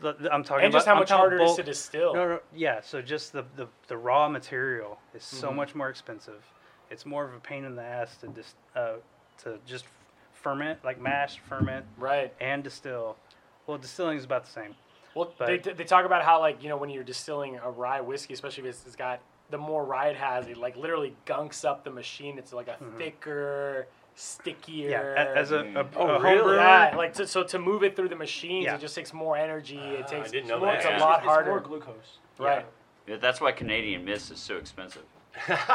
The, the- I'm talking
and just
about-
how
I'm
much
talking
harder it is
bulk-
to distill.
No, no, yeah. So just the, the, the raw material is so
Mm-hmm.
much more expensive. It's more of a pain in the ass to dis, uh, to just ferment, like mash, ferment,
Right.
and distill. Well, distilling is about the same.
Well,
But-
they, they talk about how like you know when you're distilling a rye whiskey, especially if it's, it's got the more rye it has, it like literally gunks up the machine. It's like a thicker, stickier.
Mm-hmm. Yeah, a- as a, a, a
Oh,
home
really?
brewer,
Yeah, like to, so to move it through the machines,
Yeah.
it just takes more energy. it takes
Ah, didn't know
more-
that.
It's a
Yeah.
lot
it's
harder,
More glucose.
right?
Yeah, That's why Canadian Mist is so expensive.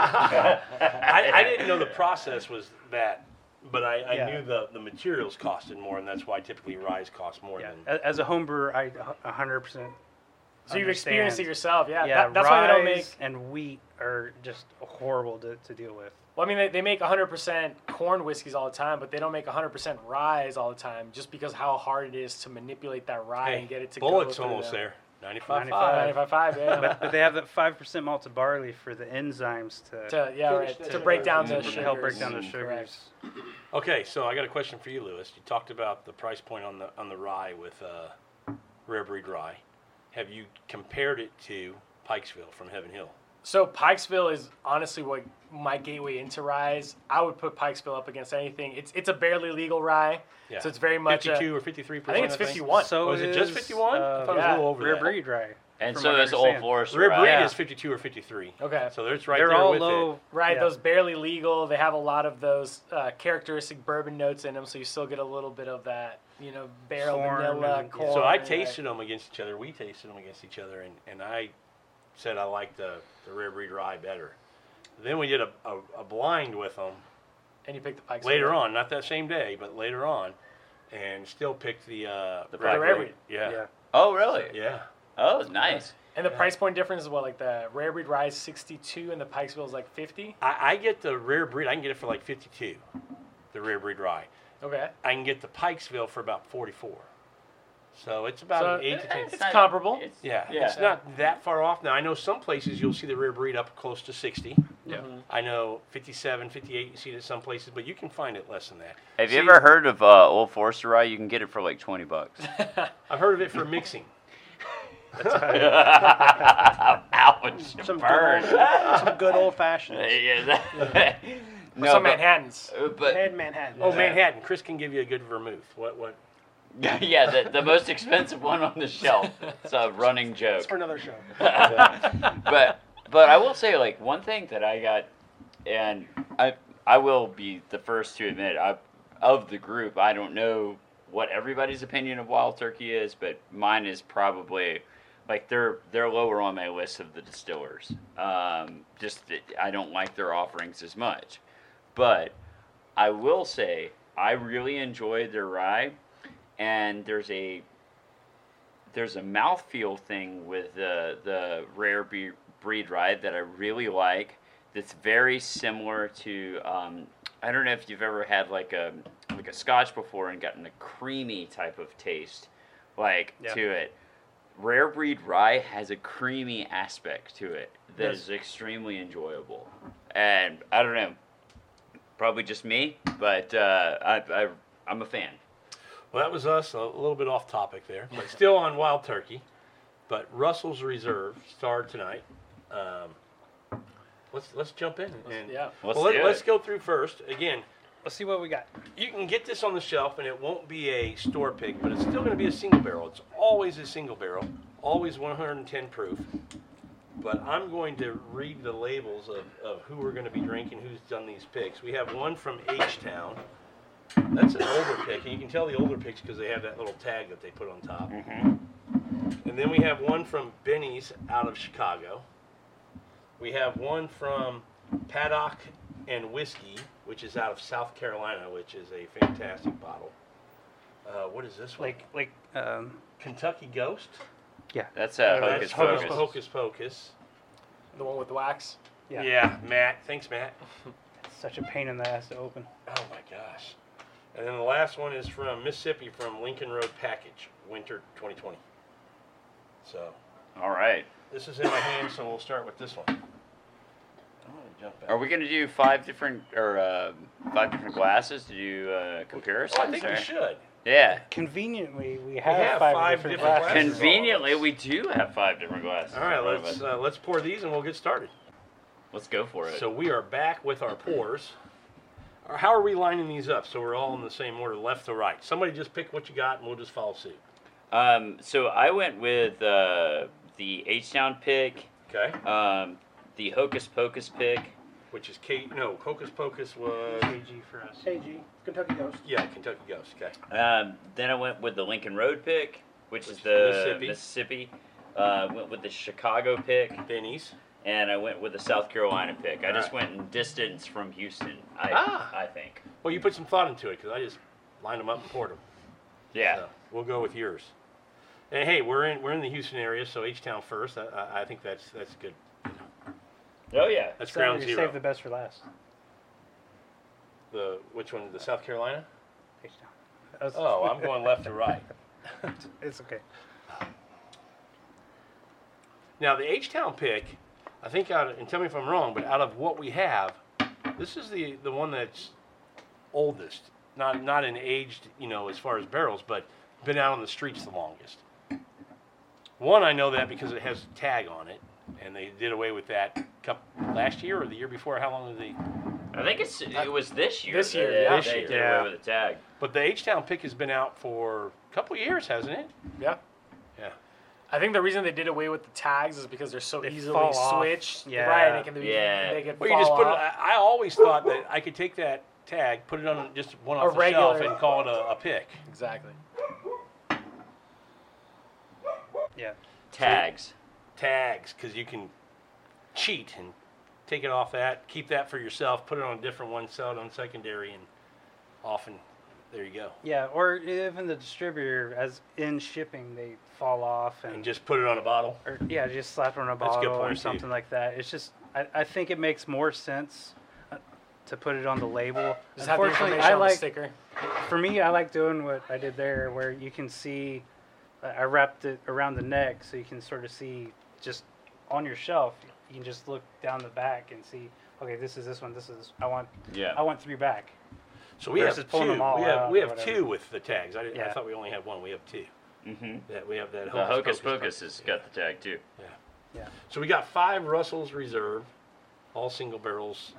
I, I didn't know the process was that, but I, I
Yeah.
knew the, the materials costed more, and that's why typically ryes cost more
yeah.
than.
a- As a home brewer, I 100 percent
So you've experienced it
Understand.
yourself, yeah.
yeah,
that, that's why they don't
rye
make.
and wheat are just horrible to, to deal with.
Well, I mean, they, they make 100% corn whiskeys all the time, but they don't make 100% rye all the time, just because how hard it is to manipulate that rye and get it to go
Bullock's
through
almost
them.
there. 95.
95.
95, yeah.
But they have that five percent malted barley for the enzymes to,
to, yeah,
Finish
right.
the
To break down
to
to sugars.
help break down the
Mm,
sugars.
Okay, so I got a question for you, Lewis. You talked about the price point on the on the rye with uh, rare breed rye. Have you compared it to Pikesville from Heaven Hill?
So Pikesville is honestly what my gateway into ryes. I would put Pikesville up against anything. It's it's a barely legal rye,
Yeah.
so it's very much. a-
52 or 53
I
percent.
think it's 51.
So
Oh, is it just
is,
51? I
uh,
thought it was a
yeah,
little over
Rare
that.
breed rye.
And
from
so
what I
is Old
understand.
Forest.
Rare
right?
breed
Yeah.
is 52 or 53.
Okay.
So it's right
They're
there
all
with
low.
it.
Right,
yeah.
those barely legal. They have a lot of those uh, characteristic bourbon notes in them, so you still get a little bit of that, you know, barrel
Corn
vanilla
and-
corn.
So I
right.
tasted them against each other. We tasted them against each other, and, and I said I liked the, the rare breed rye better. Then we did a, a, a blind with them
and you picked the Pikes
later
Peak.
on, not that same day, but later on, and still picked the uh,
The
The rare
Blackberry.
breed.
Yeah,
Oh, really?
yeah.
Oh, nice.
And the price point difference is what, like the rare breed rye is 62 and the Pikesville is like 50.
I, I get the rare breed. I can get it for like fifty-two, the rare breed rye.
Okay,
I can get the Pikesville for about forty-four. So it's about
So
an eight to ten.
it's comparable.
It's,
Yeah,
yeah.
it's not that far off. Now I know some places you'll see the rare breed up close to sixty.
Yeah.
Mm-hmm.
I know 57, 58, you see it at some places, but you can find it less than that.
Have
See,
you ever heard of uh, Old Forester rye? You can get it for like twenty bucks.
I've heard of it for mixing.
Ouch!
Some
burn.
good old, some good old fashioned.
Yeah, that-
or
no,
some
but,
Manhattans.
uh, but
Head Manhattan.
Oh, Manhattan. Chris can give you a good vermouth. What? What?
yeah, the, the most expensive one on the shelf. It's a running joke.
That's for another show.
but but I will say like one thing that I got, and I I will be the first to admit I of the group I don't know what everybody's opinion of wild turkey is, but mine is probably like they're they're lower on my list of the distillers. Um, just that I don't like their offerings as much, but I will say I really enjoyed their rye, and there's a there's a mouthfeel thing with the the rare be- breed rye that I really like. That's very similar to um, I don't know if you've ever had like a like a Scotch before and gotten a creamy type of taste like
Yeah.
to it. Rare breed rye has a creamy aspect to it that is extremely enjoyable, and I don't know, probably just me, but uh, I, I I'm a fan.
Well, that was us. A little bit off topic there, but still on Wild Turkey. But Russell's Reserve starred tonight. Um, let's let's jump in. And,
Yeah.
Let's
well, let,
do it.
us go through first. Again,
Let's see what we got.
you can get this on the shelf, and it won't be a store pick, but it's still going to be a single barrel. It's always a single barrel, always 110 proof. But I'm going to read the labels of, of who we're going to be drinking, who's done these picks. We have one from H Town. That's an older pick, and you can tell the older picks because they have that little tag that they put on top.
Mm-hmm.
And then we have one from Benny's out of Chicago. We have one from Paddock and Whiskey, which is out of South Carolina, which is a fantastic bottle. Uh, what is this one?
Like like um,
Kentucky Ghost.
yeah.
That's a
Uh,
hocus
Oh, That's Hocus
pocus.
Pocus Pocus.
The one with the wax.
Yeah.
Matt. Thanks, Matt.
Such a pain in the ass to open.
Oh my gosh. And then the last one is from Mississippi from Lincoln Road Package, Winter 2020. So
All right.
this is in my hand, so we'll start with this one. I'm gonna jump back.
Are we gonna do five different or uh, five different glasses to do uh, comparisons?
Oh, I think
or-
we should.
Yeah.
Conveniently, we have,
have
five,
five
different,
different
glasses.
glasses.
Conveniently, we do have five different glasses.
All right,
in front of
let's
us.
uh, let's pour these and we'll get started.
let's go for it.
So we are back with our pours. Uh, How are we lining these up? So we're all in the same order, left to right. Somebody just pick what you got, and we'll just follow suit.
um, so I went with uh, the H Town pick,
Okay.
um, the Hocus Pocus pick.
Which is Kate? No, Hocus Pocus was
KG for us.
KG, Kentucky Ghost.
yeah, Kentucky Ghost. Okay.
Um, then I went with the Lincoln Road pick, which is
Which-
the
Mississippi.
Mississippi. Uh, went with the Chicago pick,
Benny's.
and I went with the South Carolina pick. I
All
just
right.
went in distance from Houston. I,
Ah.
I think.
Well, you put some thought into it because I just lined them up and poured them.
Yeah.
So we'll go with yours. And hey, we're in we're in the Houston area, so H Town first. I- I, I think that's that's good.
Oh yeah.
That's
So
ground
you
zero.
Save the best for last.
the which one? The South Carolina.
Page down. That's-
Oh, I'm going left to right.
it's okay.
Now the H Town pick, I think out of, and tell me if I'm wrong, but out of what we have, this is the the one that's oldest. Not not in aged, you know, as far as barrels, but been out on the streets the longest. One I know that because it has a tag on it, and they did away with that couple, last year or the year before? How long did they?
I think it's it was Uh, this year.
This
that
year,
they-
yeah.
They did
Yeah.
away with the tag.
But the H Town pick has been out for a couple years, hasn't it?
Yeah.
Yeah.
I think the reason they did away with the tags is because they're so
They
easily
fall off.
switched.
Yeah.
Right. And it can be,
Yeah.
They can
Well, you
fall
just put. It,
off.
I, I always thought that I could take that tag, put it on just one
A
off the shelf,
regular-
and call it a, a pick.
exactly.
Yeah.
Tags.
Tags, because you can cheat and take it off that, keep that for yourself, put it on a different one, sell it on secondary, and often there you go.
Yeah, or even the distributor, as in shipping, they fall off and,
And just put it on a bottle.
or, yeah, just slap it on a
That's a good
bottle
point,
or
too.
something like that. It's just I, I think it makes more sense uh, to put it on the label.
Just have the
Unfortunately,
information
I
on the
like
sticker.
for me, I like doing what I did there, where you can see. I I wrapped it around the neck, so you can sort of see just on your shelf. You can just look down the back and see. Okay, this is this one. This is I want.
Yeah.
I want three back.
So we
Versus
have two.
pulling them all
we have,
out
we
or
have
whatever.
two with the tags. I, didn't- I
Yeah. Mm-hmm.
thought we only had one. We have two.
hmm
That we have that
The
Pocus
Hocus Pocus has got the tag too.
Yeah.
So we got five Russells Reserve, all single barrels.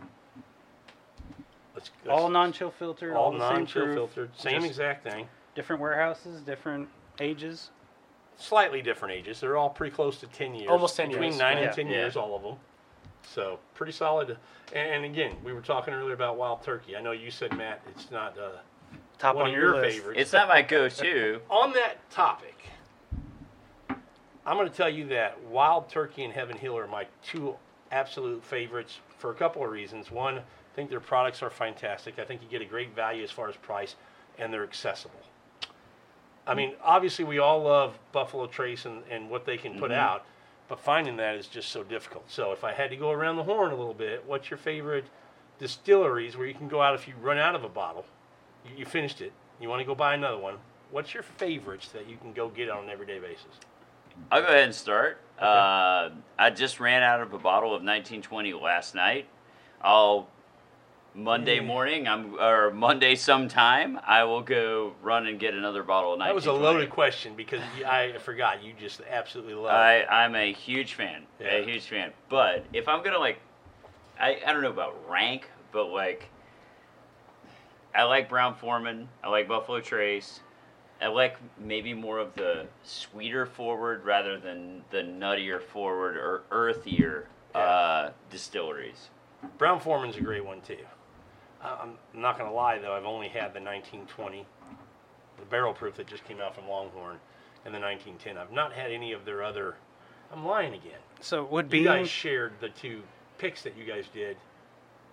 Let's, let's-
all non-chill filtered. All,
all
the
non
same
chill
proof,
filtered, same
just
exact thing.
Different warehouses, different ages.
Slightly different ages. They're all pretty close to ten years.
Almost 10
between
years.
nine
Yeah.
and ten
Yeah.
years, all of them. So pretty solid. And, and again, we were talking earlier about wild turkey. I know you said Matt, it's not uh,
Top
one
on
of your
list.
favorites.
It's not my go-to.
on that topic, I'm going to tell you that Wild Turkey and Heaven Hill are my two absolute favorites for a couple of reasons. One, I think their products are fantastic. I think you get a great value as far as price, and they're accessible. I mean, obviously, we all love Buffalo Trace and, and what they can put out, but finding that is just so difficult. So, if I had to go around the horn a little bit, what's your favorite distilleries where you can go out if you run out of a bottle? You, you finished it, you want to go buy another one. What's your favorites that you can go get on an everyday basis?
I'll go ahead and start. Uh, I just ran out of a bottle of 1920 last night. I'll Monday morning, I'm or Monday sometime, I will go run and get another bottle of 1920.
That was a loaded question because you- I forgot you just absolutely love.
I, I'm a huge fan,
Yeah.
a huge fan. But if I'm gonna like, I, I don't know about rank, but like, I like Brown Foreman. I like Buffalo Trace. I like maybe more of the sweeter forward rather than the nuttier forward or earthier uh, distilleries.
Brown Foreman's a great one too. I- I'm not gonna lie though, I've only had the 1920, the barrel proof that just came out from Longhorn, and the 1910. I've not had any of their other. I'm lying again.
So would
You
be
guys shared the two picks that you guys did,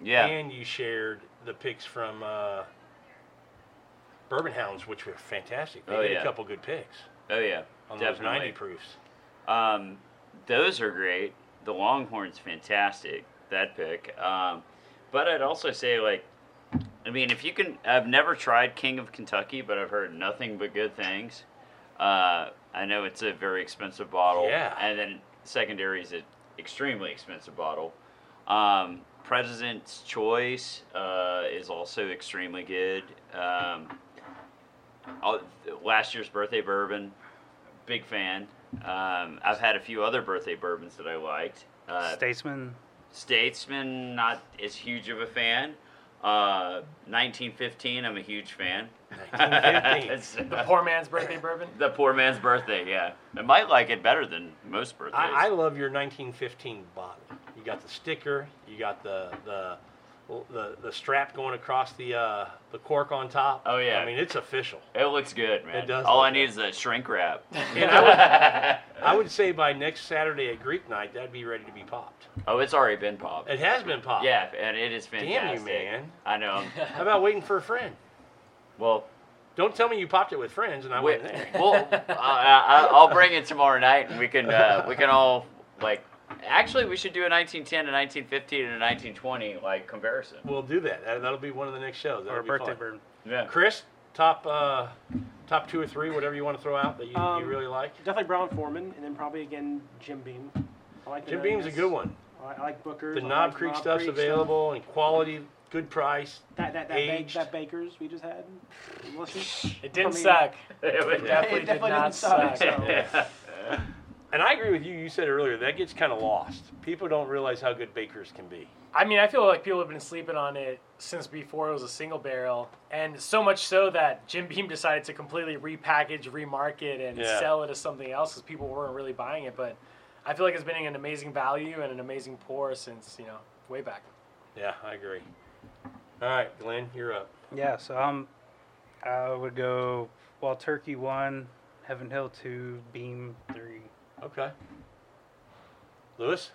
Yeah,
and you shared the picks from uh, Bourbon Hounds, which were fantastic. They
Oh,
did a
yeah.
couple good picks
oh yeah,
on those 90
definitely.
proofs.
Um, those are great. The Longhorn's fantastic. That pick. Um, but I'd also say like, I mean, if you can, I've never tried King of Kentucky, but I've heard nothing but good things. Uh, I know it's a very expensive bottle.
Yeah.
And then secondary is an extremely expensive bottle. Um, President's Choice uh, is also extremely good. Um, all- last year's birthday bourbon, big fan. Um, I've had a few other birthday bourbons that I liked. Uh,
Statesman.
Statesman, not as huge of a fan. Uh, 1915, I'm a huge fan. uh,
1915.
The poor man's birthday bourbon.
the poor man's birthday, yeah. I might like it better than most birthdays.
I, I love your 1915 bottle. You got the sticker. You got the the the, the strap going across the uh, the cork on top.
Oh, yeah.
I mean it's official.
it looks good, man.
It does
All
look
I need
good.
is a shrink wrap.
I would say by next Saturday at Greek night that'd be ready to be popped.
oh, it's already been popped.
It has been popped.
Yeah, and it is
you,
fantastic.
man.
I know.
How about waiting for a friend?
Well,
Don't tell me you popped it with friends and I
Wait,
went there.
well, I, I, I'll bring it tomorrow night, and we can uh, we can all like. Actually, we should do a 1910, a 1915, and a 1920 like comparison.
We'll do that. that. That'll be one of the next shows. That'll
Or
be
birthday
fun.
bourbon.
Yeah.
Chris, top uh, top two or three, whatever you want to throw out that you,
Um,
you really like.
Definitely Brown Foreman, and then probably again Jim Beam. I like the
Jim Beam's a
Nuttiness.
good one.
I, I like Booker's.
The
I
Knob
like
Creek
Knob
stuff's
Creek stuff.
available and quality, good price.
That that that, bake,
Aged.
that Baker's we just had. Delicious.
It didn't
I mean,
suck.
It was-
Definitely,
It definitely
did not
didn't suck.
suck.
so.
And I agree with you. You said earlier that gets kind of lost. People don't realize how good bakers can be.
I mean, I feel like people have been sleeping on it since before it was a single barrel, and so much so that Jim Beam decided to completely repackage, remarket, and
Yeah.
sell it as something else because people weren't really buying it. But I feel like it's been an amazing value and an amazing pour since you know way back.
Yeah, I agree. All right, Glenn, you're up.
Yeah, so um, I would go Wild Turkey one, Heaven Hill two, Beam three.
Okay. Lewis?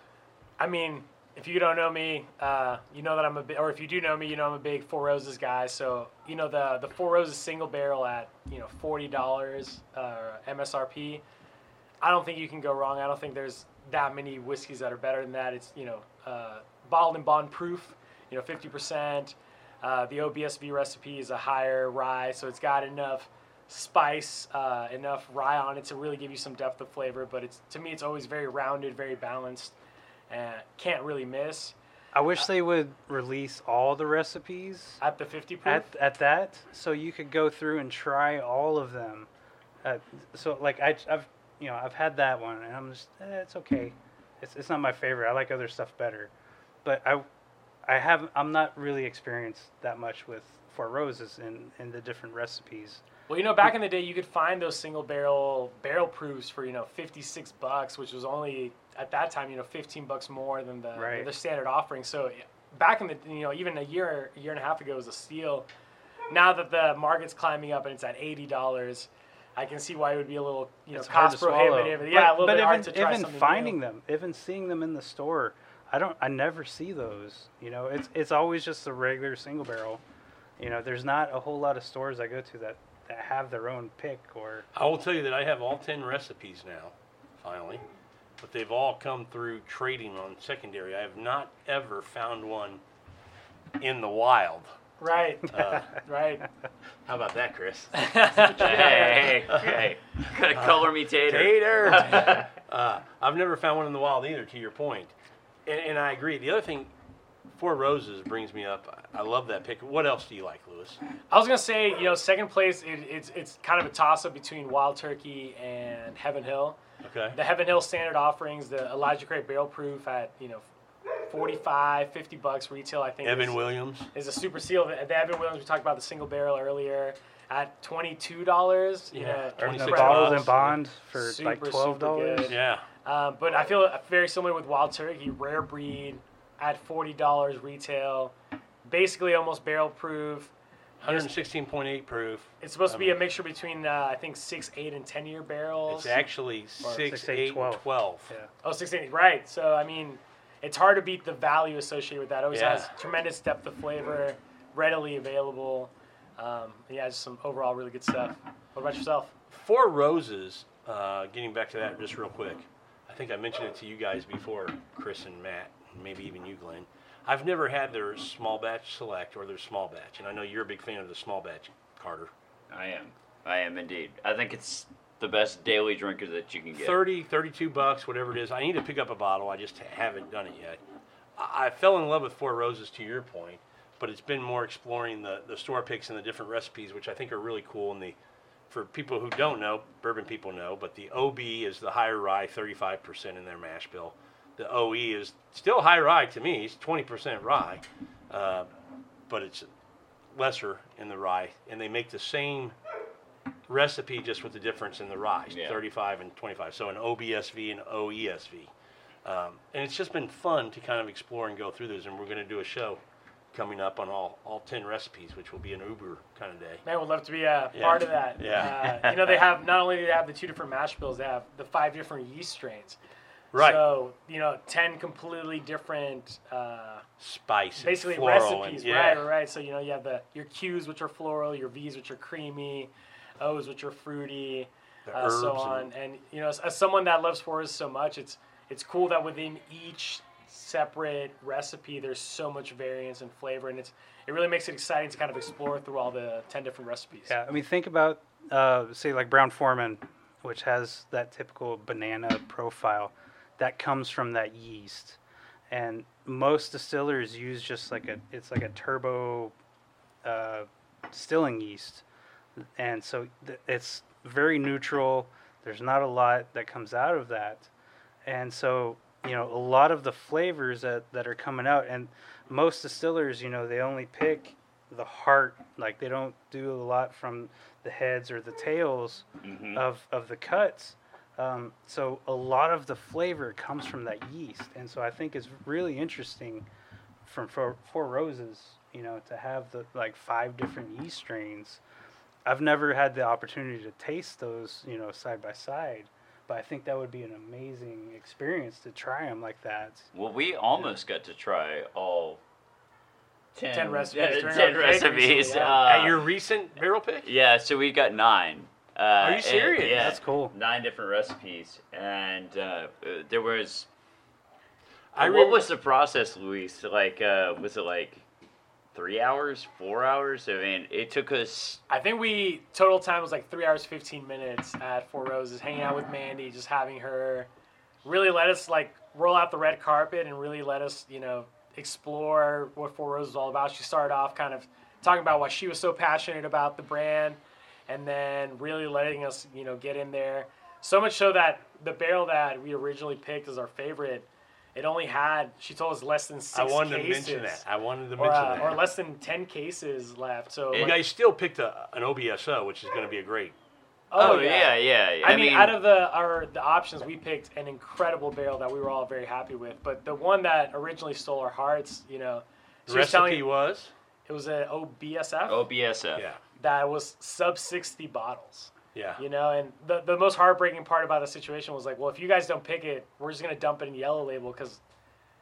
I mean, if you don't know me, uh, you know that I'm a big, or if you do know me, you know I'm a big Four Roses guy. So you know the the Four Roses single barrel at you know forty dollars uh, MSRP. I don't think you can go wrong. I don't think there's that many whiskeys that are better than that. It's you know uh, bottled and bond proof. You know, fifty percent. Uh, the OBSV recipe is a higher rye, so it's got enough spice, uh, enough rye on it to really give you some depth of flavor. But it's to me, it's always very rounded, very balanced, and uh, can't really miss
I wish they would release all the recipes
at the fifty proof.
at at that, so you could go through and try all of them. Uh, so like I, have you know I've had that one, and I'm just eh, it's okay. It's it's not my favorite. I like other stuff better, but I I have I'm not really experienced that much with Four Roses and and the different recipes.
Well, you know, back in the day, you could find those single barrel barrel proofs for you know fifty six bucks, which was only at that time you know fifteen bucks more than the
Right.
the standard offering. So back in the you know even a year year and a half ago it was a steal. Now that the market's climbing up and it's at eighty dollars, I can see why it would be a little you know
It's hard
cost
to swallow.
prohibitive. Yeah, a little bit
even,
hard to try
even
something
finding
new.
them, even seeing them in the store, I don't. I never see those. You know, it's it's always just the regular single barrel. You know, there's not a whole lot of stores I go to that that have their own pick or
I will tell you that I have all 10 recipes now, finally. But they've all come through trading on secondary. I have not ever found one in the wild.
Right,
Uh,
right.
how about that, Chris?
hey, hey, hey. Color me tater.
Tater. uh, I've never found one in the wild either. To your point, and, and I agree. The other thing, Four Roses brings me up. I love that pick. What else do you like, Lewis?
I was gonna say, you know, second place, it, it's it's kind of a toss up between Wild Turkey and Heaven Hill.
Okay.
the Heaven Hill standard offerings, the Elijah Craig barrel proof at, you know, 45, 50 bucks retail, I think.
Evan
is,
Williams.
is a super seal. The the Evan Williams, we talked about the single barrel earlier, at $22. You
Yeah,
know,
or
the
Six
bottled
bucks.
and bond for like
Super, super
twelve dollars.
good.
Yeah.
Um, but I feel very similar with Wild Turkey, rare breed at $40 retail, basically almost barrel proof.
116.8 proof.
It's supposed to
I
be
mean-
a mixture between, uh, I think, 6, 8, and 10 year barrels.
It's actually six,
six, eight,
eight, and
12.
twelve.
Yeah.
Oh, 16, right. So, I mean, it's hard to beat the value associated with that. It always
Yeah.
has tremendous depth of flavor, readily available. Um, yeah, just some overall really good stuff. What about yourself?
Four Roses, uh, getting back to that just real quick. I think I mentioned it to you guys before, Chris and Matt, and maybe even you, Glenn. I've never had their small batch select or their small batch, and I know you're a big fan of the small batch, Carter.
I am. I am indeed. I think it's the best daily drinker that you can get.
30, 32 bucks, whatever it is. I need to pick up a bottle. I just haven't done it yet. I, I fell in love with Four Roses to your point, but it's been more exploring the, the store picks and the different recipes, which I think are really cool. And the for people who don't know, bourbon people know, but the OB is the higher rye, 35% in their mash bill. The OE is still high rye to me. It's 20% rye, uh, but it's lesser in the rye, and they make the same recipe just with the difference in the rye,
Yeah.
35 and 25. So an OBSV and OESV. Um, and it's just been fun to kind of explore and go through those. And we're going to do a show coming up on all, all 10 recipes, which will be an Uber kind of day.
Man, would love to be a
Yeah.
part of that.
Yeah.
Uh, you know, they have not only do they have the two different mash bills, they have the five different yeast strains.
Right.
So, you know, 10 completely different. Uh,
Spice. and
basically
floral
recipes,
and, yeah.
right, right, right. So you know you have the your Q's which are floral, your V's which are creamy, O's which are fruity,
The
uh, so
herbs
on.
and-
And, you know, as, as someone that loves fours so much, it's it's cool that within each separate recipe there's so much variance and flavor, and it's it really makes it exciting to kind of explore through all the ten different recipes.
Yeah, I mean, think about uh, say like Brown Foreman, which has that typical banana profile that comes from that yeast, and most distillers use just like a it's like a turbo uh, distilling yeast, and so th- it's very neutral. There's not a lot that comes out of that. And so, you know, a lot of the flavors that, that are coming out, and most distillers, you know, they only pick the heart, like they don't do a lot from the heads or the tails of, of the cuts. Um, so a lot of the flavor comes from that yeast. And so I think it's really interesting from Four, Four Roses, you know, to have the like five different yeast strains. I've never had the opportunity to taste those, you know, side by side, but I think that would be an amazing experience to try them like that.
Well, we almost got to try all 10,
10 recipes
Yeah,
during
10
our break
recipes.
recently, yeah.
uh,
At your recent barrel pick?
yeah, so we got nine. Uh, Are
you serious?
yeah,
That's cool.
Nine different recipes, and uh, uh, there was.
I
what
re-
was the process, Luis? Like, uh, was it like three hours, four hours? I mean, it took us.
I think we total time was like three hours fifteen minutes at Four Roses, hanging out with Mandy, just having her really let us like roll out the red carpet and really let us, you know, explore what Four Roses is all about. She started off kind of talking about why she was so passionate about the brand and then really letting us, you know, get in there. So much so that the barrel that we originally picked as our favorite, it only had she told us less than six
I wanted
cases.
to mention that. I wanted to
Or,
mention
uh,
that.
or less than ten cases left. So
you
like-
guys still picked a, an OBSO, which is going to be a great.
Oh, yeah, yeah.
I, mean, out of the our the options, we picked an incredible barrel that we were all very happy with. But the one that originally stole our hearts, you know, she was telling
recipe Oh.
me
was
it was an OBSF
OBSF.
yeah,
that was sub sixty bottles.
yeah.
You know, and the the most heartbreaking part about the situation was like, well, if you guys don't pick it, we're just gonna dump it in Yellow Label because.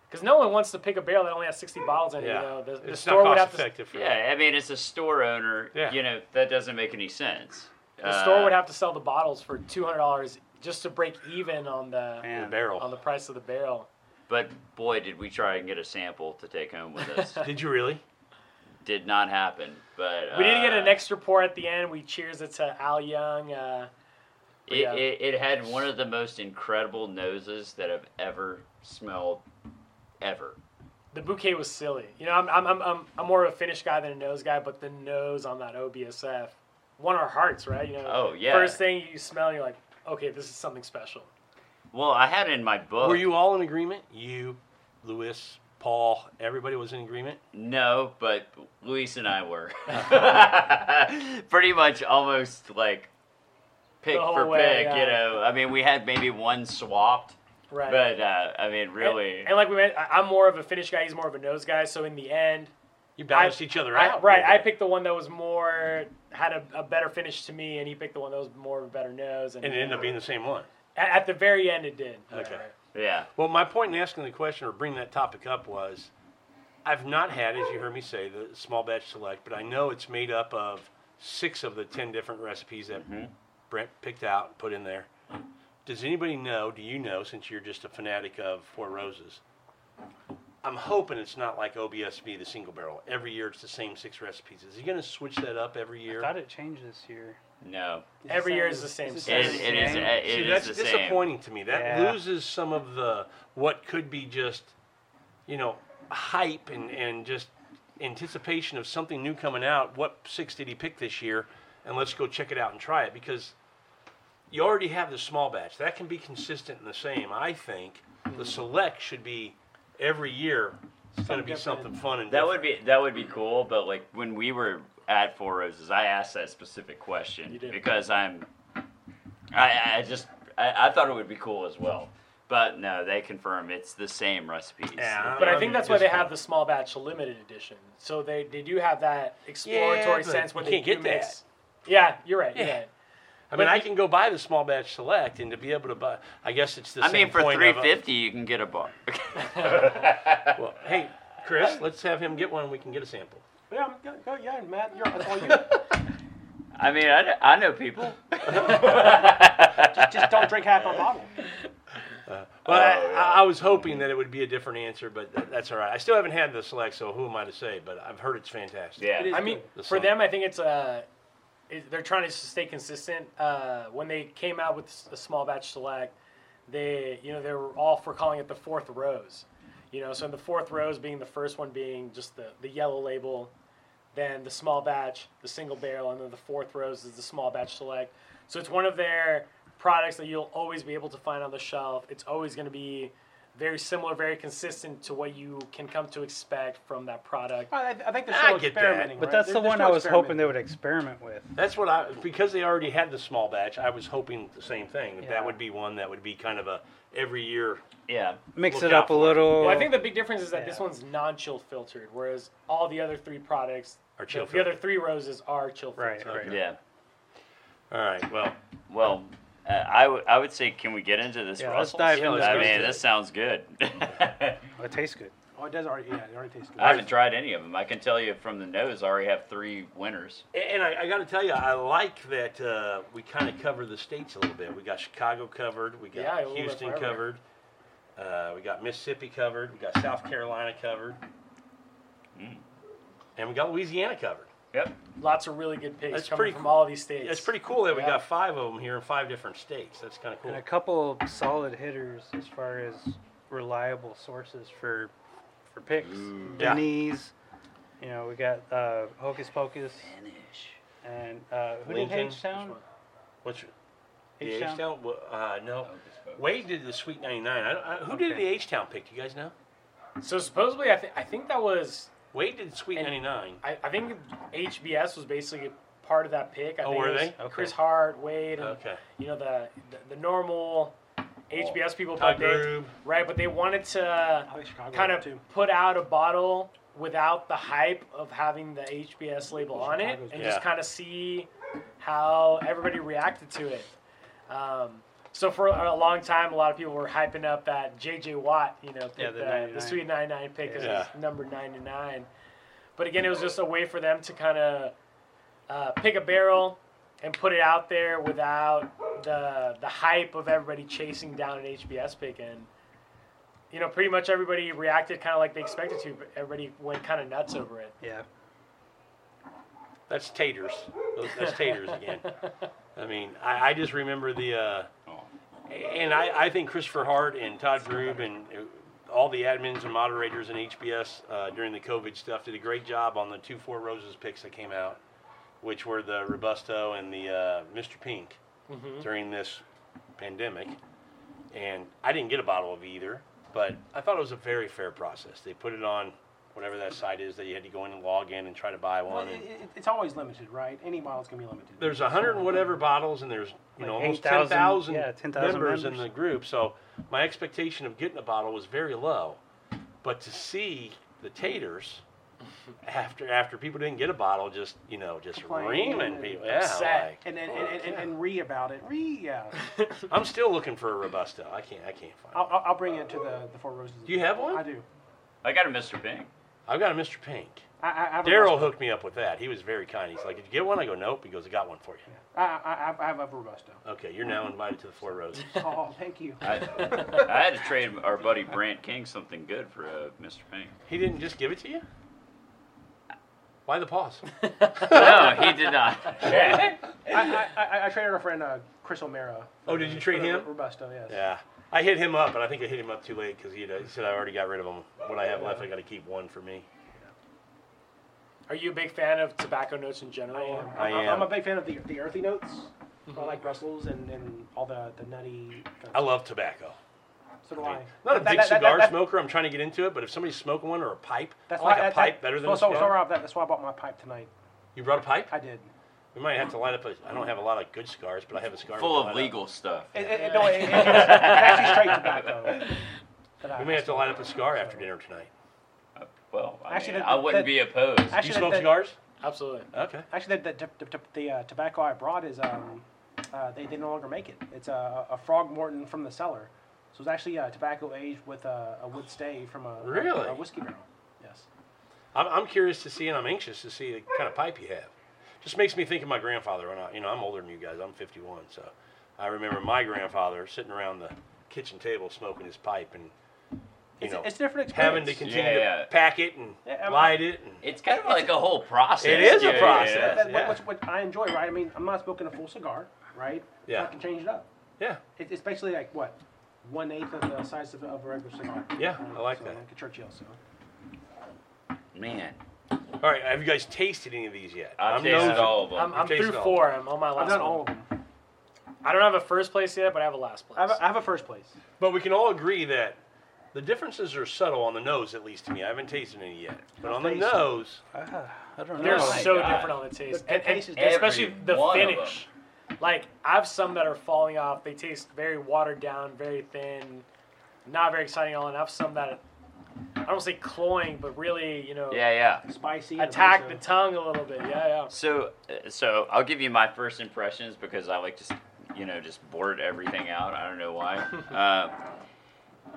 Because no one wants to pick a barrel that only has 60 bottles in it.
yeah.
You know, the, the
it's
store
not
would
cost
have to
effective for
Yeah, I mean, it's a store owner.
Yeah.
You know, that doesn't make any sense. Uh,
the
Uh.
store would have to sell the bottles for $200 just to break even on the
the
Man,
barrel.
on the price of the barrel.
But boy, did we try and get a sample to take home with us.
Did you really?
Did not happen. But
We didn't get
uh,
an extra pour at the end. We cheers it to Al Young. Uh,
It,
Yeah.
it, it had one of the most incredible noses that I've ever smelled, ever.
the bouquet was silly. You know, I'm, I'm, I'm, I'm, I'm more of a finish guy than a nose guy, but the nose on that OBSF won our hearts, right? You know,
Oh, yeah.
First thing you smell, you're like, okay, this is something special.
Well, I had it in my book.
Were you all in agreement? You, Lewis, Paul, everybody was in agreement.
No, but Luis and I were. Pretty much almost like pick
The whole
for
way,
pick,
yeah.
you know. I mean, we had maybe one swapped,
Right.
but uh, I mean, really.
And, and like we meant, I- I'm more of a finish guy. He's more of a nose guy. So in the end,
You balanced each other
I-
out, a
right.
little
I
bit.
picked the one that was more, had a, a better finish to me, and he picked the one that was more of a better nose. And,
and it ended up being the same one.
at, at the very end, it did. Right,
Okay.
right.
yeah.
Well, my point in asking the question or bringing that topic up was, I've not had, as you heard me say, the small batch select, but I know it's made up of six of the ten different recipes that Brent picked out and put in there. Does anybody know? Do you know? Since you're just a fanatic of Four Roses, I'm hoping it's not like OBSB, the single barrel. Every year it's the same six recipes. Is he going to switch that up every year?
thought it changed this year.
No.
Every year is the same.
It's the
It,
size.
it is. It is
See, that's
the same.
disappointing to me. That
Yeah.
loses some of the what could be just, you know, hype and, and just anticipation of something new coming out. What six did he pick this year? And let's go check it out and try it because you already have the small batch. That can be consistent and the same, I think. The select should be every year. It's going to be
different.
something fun and
That would
different.
be that would be cool, but like when we were at Four Roses, I asked that specific question
You did.
because I'm, I, I just I, I thought it would be cool as well, but no, they confirm it's the same recipes.
Yeah.
But I
Um,
think that's why they
discount.
have the small batch limited edition. So they, they do have that exploratory
but
sense when
you
they
can't get
do mix. Yeah, you're right.
Yeah.
Yeah.
I mean,
but
I
you-
can go buy the small batch select and to be able to buy. I guess it's the
I
same
mean, for
point
three
of a-
fifty, you can get a bar.
Well, hey, Chris, let's have him get one. We can get a sample.
Oh,
Yeah, I'm- go, go, yeah, Matt, you're that's all you.
I mean, I, kn- I know people.
Just don't drink half a bottle.
Well,
Oh,
I,
yeah.
I- I was hoping that it would be a different answer, but th- that's all right. I still haven't had the select, so who am I to say? But I've heard it's fantastic.
Yeah.
I mean,
The
for
same.
them, I think it's Uh, it, they're trying to s- stay consistent. Uh, when they came out with s- the small batch select, they you know they were all for calling it the fourth rose. You know, so in the fourth rose being the first one being just the, the yellow label, then the small batch, the single barrel, and then the fourth rose is the small batch select. So it's one of their products that you'll always be able to find on the shelf. It's always going to be very similar, very consistent to what you can come to expect from that product.
I, I think they're
I
still
get that,
experimenting.
But
right?
that's
They're-
the
they're
one I
still
was hoping they
experimenting.
would experiment with.
That's what I because they already had the small batch. I was hoping the same thing. That,
Yeah.
that would be one that would be kind of a every year.
Yeah.
Mix
Look
it
out
up
for
a
it.
little.
Well, I think the big difference is that this
Yeah.
one's non-chill filtered, whereas all the other three products
Are chill
The, the other three roses are chill
Right,
filtered.
right.
Yeah.
All right. Well,
Well, uh, I would I would say can we get into this?
Yeah, let's
Russell's?
dive Yeah,
into
I
let's
mean,
go.
this sounds good. I
Oh, it tastes good.
Oh, it does already. Yeah, it already tastes good.
haven't tried any of them. I can tell you from the nose, I already have three winners.
a- and I, I got to tell you, I like that uh, we kind of cover the states a little bit. We got Chicago covered. We
Yeah, a
got
little bit
Houston
for
covered.
everywhere.
Uh, we got Mississippi covered. We got South Carolina covered.
Mm.
And we got Louisiana covered.
Yep.
Lots of really good picks
That's
coming
pretty
from
cool.
all these states.
It's pretty cool that we
Yeah.
got five of them here in five different states. That's kind of cool.
And a couple solid hitters as far as reliable sources for for picks.
Yeah.
Denny's, you know, we got uh, Hocus Pocus and uh, who did
Lincoln,
H Town?
What's your, the
H
H
Town.
Town? Uh, no.
Oh,
Wade did the Sweet 99. I don't, I, who did
Okay.
the H Town pick? Do you guys know?
So supposedly, I, th- I think that was
Wade did Sweet
And-
99.
I, I think HBS was basically part of that pick. I
Oh,
think
were
it was
they? Okay.
Chris Hart, Wade, and
Okay.
you know the the, the normal HBS people,
Todd
but they,
Grube.
right? But they wanted to
I like Chicago
kind of
too.
put out a bottle without the hype of having the HBS label on it,
Chicago's
and
good.
just
Yeah.
kind of see how everybody reacted to it. Um, so for a long time, a lot of people were hyping up that JJ Watt, you know,
Yeah,
pick
the
the, the,
99.
Sweet 99 pick as
Yeah.
his number 99. But again, it was just a way for them to kind of uh, pick a barrel and put it out there without the the hype of everybody chasing down an HBS pick. And you know, pretty much everybody reacted kind of like they expected to. But everybody went kind of nuts over it.
Yeah.
That's taters. Those- That's taters again. I mean, I, I just remember the, uh,
Oh.
and I, I think Christopher Hart and Todd Grube and uh, all the admins and moderators in HBS uh, during the COVID stuff did a great job on the two Four Roses picks that came out, which were the Robusto and the uh, Mr. Pink
Mm-hmm.
during this pandemic. And I didn't get a bottle of either, but I thought it was a very fair process. They put it on whatever that site is that you had to go in and log in and try to buy
Well,
one.
it,
and-
it, it's always limited, right? Any bottle's gonna be limited.
there's a hundred and whatever bottles, and there's you know
Like
almost
8,000
ten thousand
yeah, 10,000
members in
members.
the group. So my expectation of getting a bottle was very low, but to see the taters after after people didn't get a bottle, just you know just
Complaining
reaming
and
people. Yeah,
upset.
like, oh,
and and, and, and, and re about it. Re, yeah.
I'm still looking for a robusto. I can't I can't
I'll,
find. it.
I'll- I'll bring it to the, the Four Roses.
Do you have one?
I do.
I got a Mr. Pink.
I've got a Mr. Pink.
I, I, I have a
Daryl
Robusto.
hooked me up with that. He was very kind. He's like, "Did you get one?" I go, "Nope." He goes, "I got one for you."
I, I, I have a Robusto.
Okay, you're now invited to the Four Roses.
Oh, thank you.
I, I had to trade our buddy Brant King something good for uh, Mr. Pink.
He didn't just give it to you. Why the pause?
No, he did not. Yeah.
I, I, I, I traded our friend uh, Chris O'Mara. for
Oh, did
the-
you trade
for the
him?
Robusto, yes.
Yeah, I hit him up, but I think I hit him up too late because he, had- he said I already got rid of him. What I have left, I got to keep one for me.
Are you a big fan of tobacco notes in general?
I'm-
I
I'm,
am. Mm-hmm.
a big fan of the, the earthy notes. I like Brussels and, and all the, the nutty.
I love tobacco.
So do
I
I.
mean, not a
That-
big
that- that-
cigar
that-
smoker. I'm trying to get into it, but if somebody's smoking one or a pipe,
That's
I like
why,
a
that-
pipe
that-
better than
so,
a
so,
cigar.
so Rob, that, that's why I bought my pipe tonight.
You brought a pipe?
I did.
We might have to light up. A, I don't have a lot of good cigars, but I have a cigar. we
Full
can
of
light up.
legal stuff.
It, it, it- no, it, it- it's actually straight tobacco. uh, that I-
We may have to light up a cigar after dinner tonight.
Well, I,
Actually,
mean,
that-
I wouldn't
that-
be opposed.
Do
Actually,
you
that-
smoke
that-
cigars?
Absolutely.
Okay.
Actually, the, the, the, the, the uh, tobacco I brought is um, uh, they, they no longer make it. It's a, a Frog Morton from the cellar. So it's actually uh, tobacco aged with a, a wood stay from a,
Really?
a whiskey barrel. Yes.
I'm, I'm curious to see, and I'm anxious to see the kind of pipe you have. Just makes me think of my grandfather. When I, you know, I'm older than you guys. I'm 51, so I remember my grandfather sitting around the kitchen table smoking his pipe, and you
It's,
know,
it's a different
having
experience.
to continue
Yeah, yeah.
to pack it and
Yeah, I mean-
light it. And,
It's kind of like a whole process.
It is a
dude.
process.
That- that-
yeah.
What's, what I enjoy, right? I mean, I'm not smoking a full cigar, right?
Yeah.
I can change it up.
yeah,
It, it's basically like, what, one eighth of the size of, of a regular cigar.
Yeah, I like
so,
that.
Like a Churchill. So.
Man,
all right. Have you guys tasted any of these yet?
I've
I'm
tasted
nosy.
all of them.
I'm, I'm
Tastes
through
all.
four. I'm on my last
I've done
one.
all of them.
I don't have a first place yet, but I have a last place.
I have a, I have a first place.
But we can all agree that the differences are subtle on the nose, at least to me. I haven't tasted any yet. But on the
taste.
nose,
I don't
They're
know.
Oh my
so
God.
different on the taste,
The- the
and, and-
taste is
and especially
different.
the
Every one of
finish. Like I have some that are falling off. They taste very watered down, very thin, not very exciting at all. And I have some that I don't say cloying, but really, you know,
Yeah, yeah.
Spicy. and
attack the
also-
tongue a little bit. Yeah, yeah.
So, uh, so I'll give you my first impressions because I like to, s- you know, just board everything out. I don't know why. uh,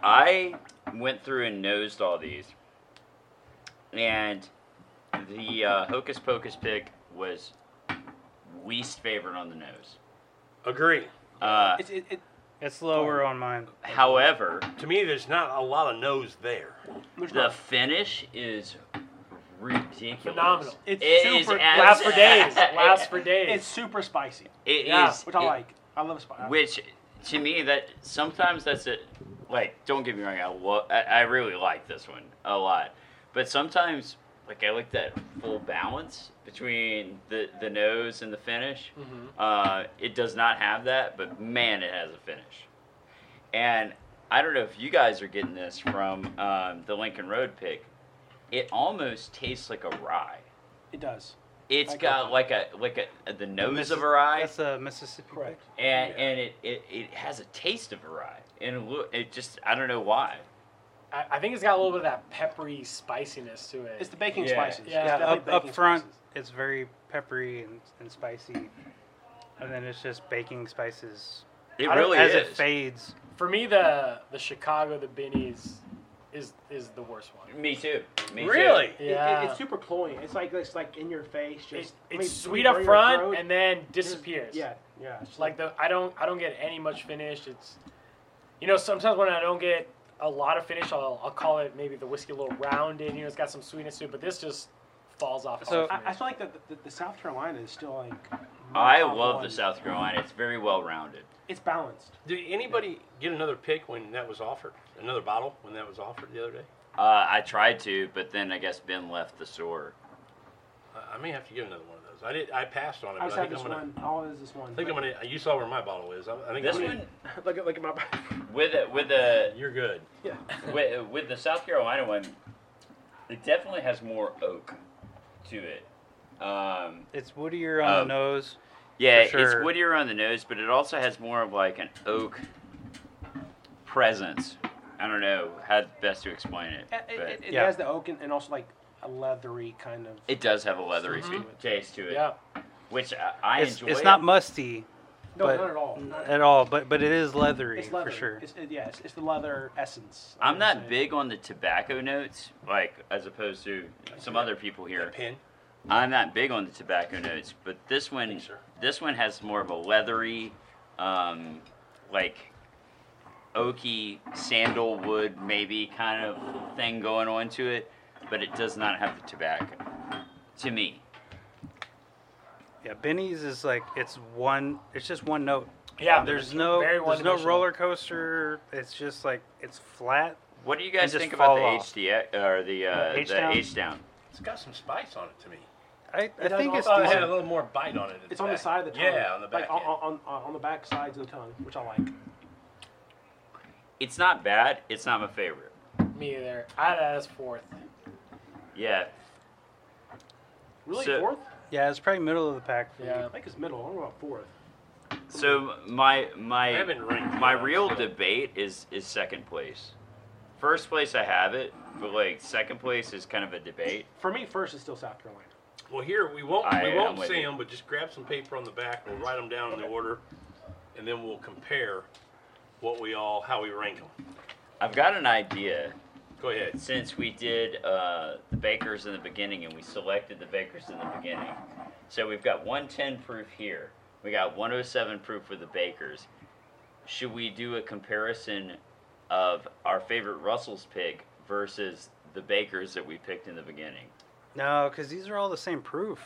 I went through and nosed all these, and the uh, Hocus Pocus pick was least favorite on the nose.
agree.
Uh,
It's, it, it,
It's lower on mine.
however,
To me, there's not a lot of nose there.
there's
the
not,
finish is ridiculous.
Phenomenal.
It's
It is
super-
abs-
Last for days. Last for days.
it's super spicy,
It
Yeah,
is-
which I
it-
like. I love spicy.
Which, to me, that sometimes that's it. Like, don't get me wrong, I, lo- I I really like this one a lot, but sometimes like I like that full balance between the the nose and the finish. Uh, it does not have that, but man, it has a finish. And I don't know if you guys are getting this from um, the Lincoln Road pick. It almost tastes like a rye.
it does.
It's
I get
got
that.
like a like a the nose
Missis-
of a rye
That's a Mississippi. pick.
Correct.
and and it, it, it has a taste of rye, and it, loo- it just I don't know why.
I, I think it's got a little bit of that peppery spiciness to it.
It's the baking
Yeah.
spices.
Yeah,
It's
Yeah,
definitely
up, up
baking
front,
spices.
it's very peppery and, and spicy. And then it's just baking spices.
It
I don't-
really
as
is.
it fades.
For me, the the Chicago, the Bennies, is is the worst one.
Me too. Me too.
Really?
It- it-
Yeah.
it's super cloying. It's like it's like in your face. Just
It, it's
I mean,
sweet
burn
up
your
front
throat.
and then disappears.
Yeah, yeah. It's
Like the I don't I don't get any much finish. It's you know sometimes when I don't get a lot of finish, I'll, I'll call it maybe the whiskey a little rounded. You know, it's got some sweetness to it, but this just falls off.
So-
all
I,
for me.
I feel like the, the, the South Carolina is still like. my
I
top
love
one.
the South Carolina. It's very well rounded.
It's balanced.
Did anybody get another pick when that was offered? Another bottle when that was offered the other day?
Uh, I tried to, but then I guess Ben left the store.
I- I may have to get another one of those. I did. I passed on it.
I
But
just
I
have
think
this
I'm gonna.
one. All is this one.
I think I'm gonna. You saw where my bottle is. I, I think
This
I'm
one
gonna-
look at look at my.
with a, with the
You're good.
yeah.
with, with the South Carolina one, it definitely has more oak to it. Um,
It's woodier on the
Um,
nose.
Yeah,
For
it's
sure.
woodier on the nose, but it also has more of like an oak presence. I don't know how best to explain it,
Uh, It,
but
it, it
Yeah.
has the oak and, and also like a leathery kind of.
it does have a leathery
Mm-hmm.
taste to it,
yeah,
which I, I
It's,
enjoy.
it's
it.
not musty
no,
but-
not at all.
Mm,
Not-
at all, but but it is leathery
it's leather
for sure.
It's, it, yeah, it's, it's the leather essence. I
I'm
would
not
Mm-hmm.
say.
big on the tobacco notes, like as opposed to some other people here.
Pin.
I'm not big on the tobacco notes, but this one,
sir.
this one has more of a leathery, um, like oaky sandalwood maybe kind of thing going on to it, but it does not have the tobacco. To me,
yeah, Benny's is like it's one. It's just one note.
Yeah,
there's no
very
there's no
one-dimensional.
roller coaster. It's just like it's flat.
what do you guys
just
think about the
fall off.
HDX or the uh,
H
the
down?
H down?
It's got some spice on it to me.
I, I think
I
it's
thought it had a
decent.
little more bite on it. at
It's on the
back.
side of the tongue.
Yeah, on the back.
Like on,
end.
on, on, on the back sides of the tongue, which I like.
It's not bad. It's not my favorite.
me either. I had that as fourth.
Yeah,
Really
So-
fourth?
Yeah, it's probably middle of the pack. For
Yeah.
I think it's middle. I don't know about fourth.
So my my
I haven't ranked
my
yet,
real
so-
debate is is second place. First place I have it, but like second place is kind of a debate.
For me, first is still South Carolina.
Well, here we won't
I-
we
I'm
won't
with
see
you.
them, but just grab some paper on the back. We'll write them down in the order, and then we'll compare what we all how we rank them.
I've got an idea.
Go ahead.
Since we did uh, the bakers in the beginning and we selected the bakers in the beginning, so we've got 110 proof here. We got 107 proof for the bakers. Should we do a comparison of our favorite Russell's pig versus the bakers that we picked in the beginning?
No, because these are all the same proof.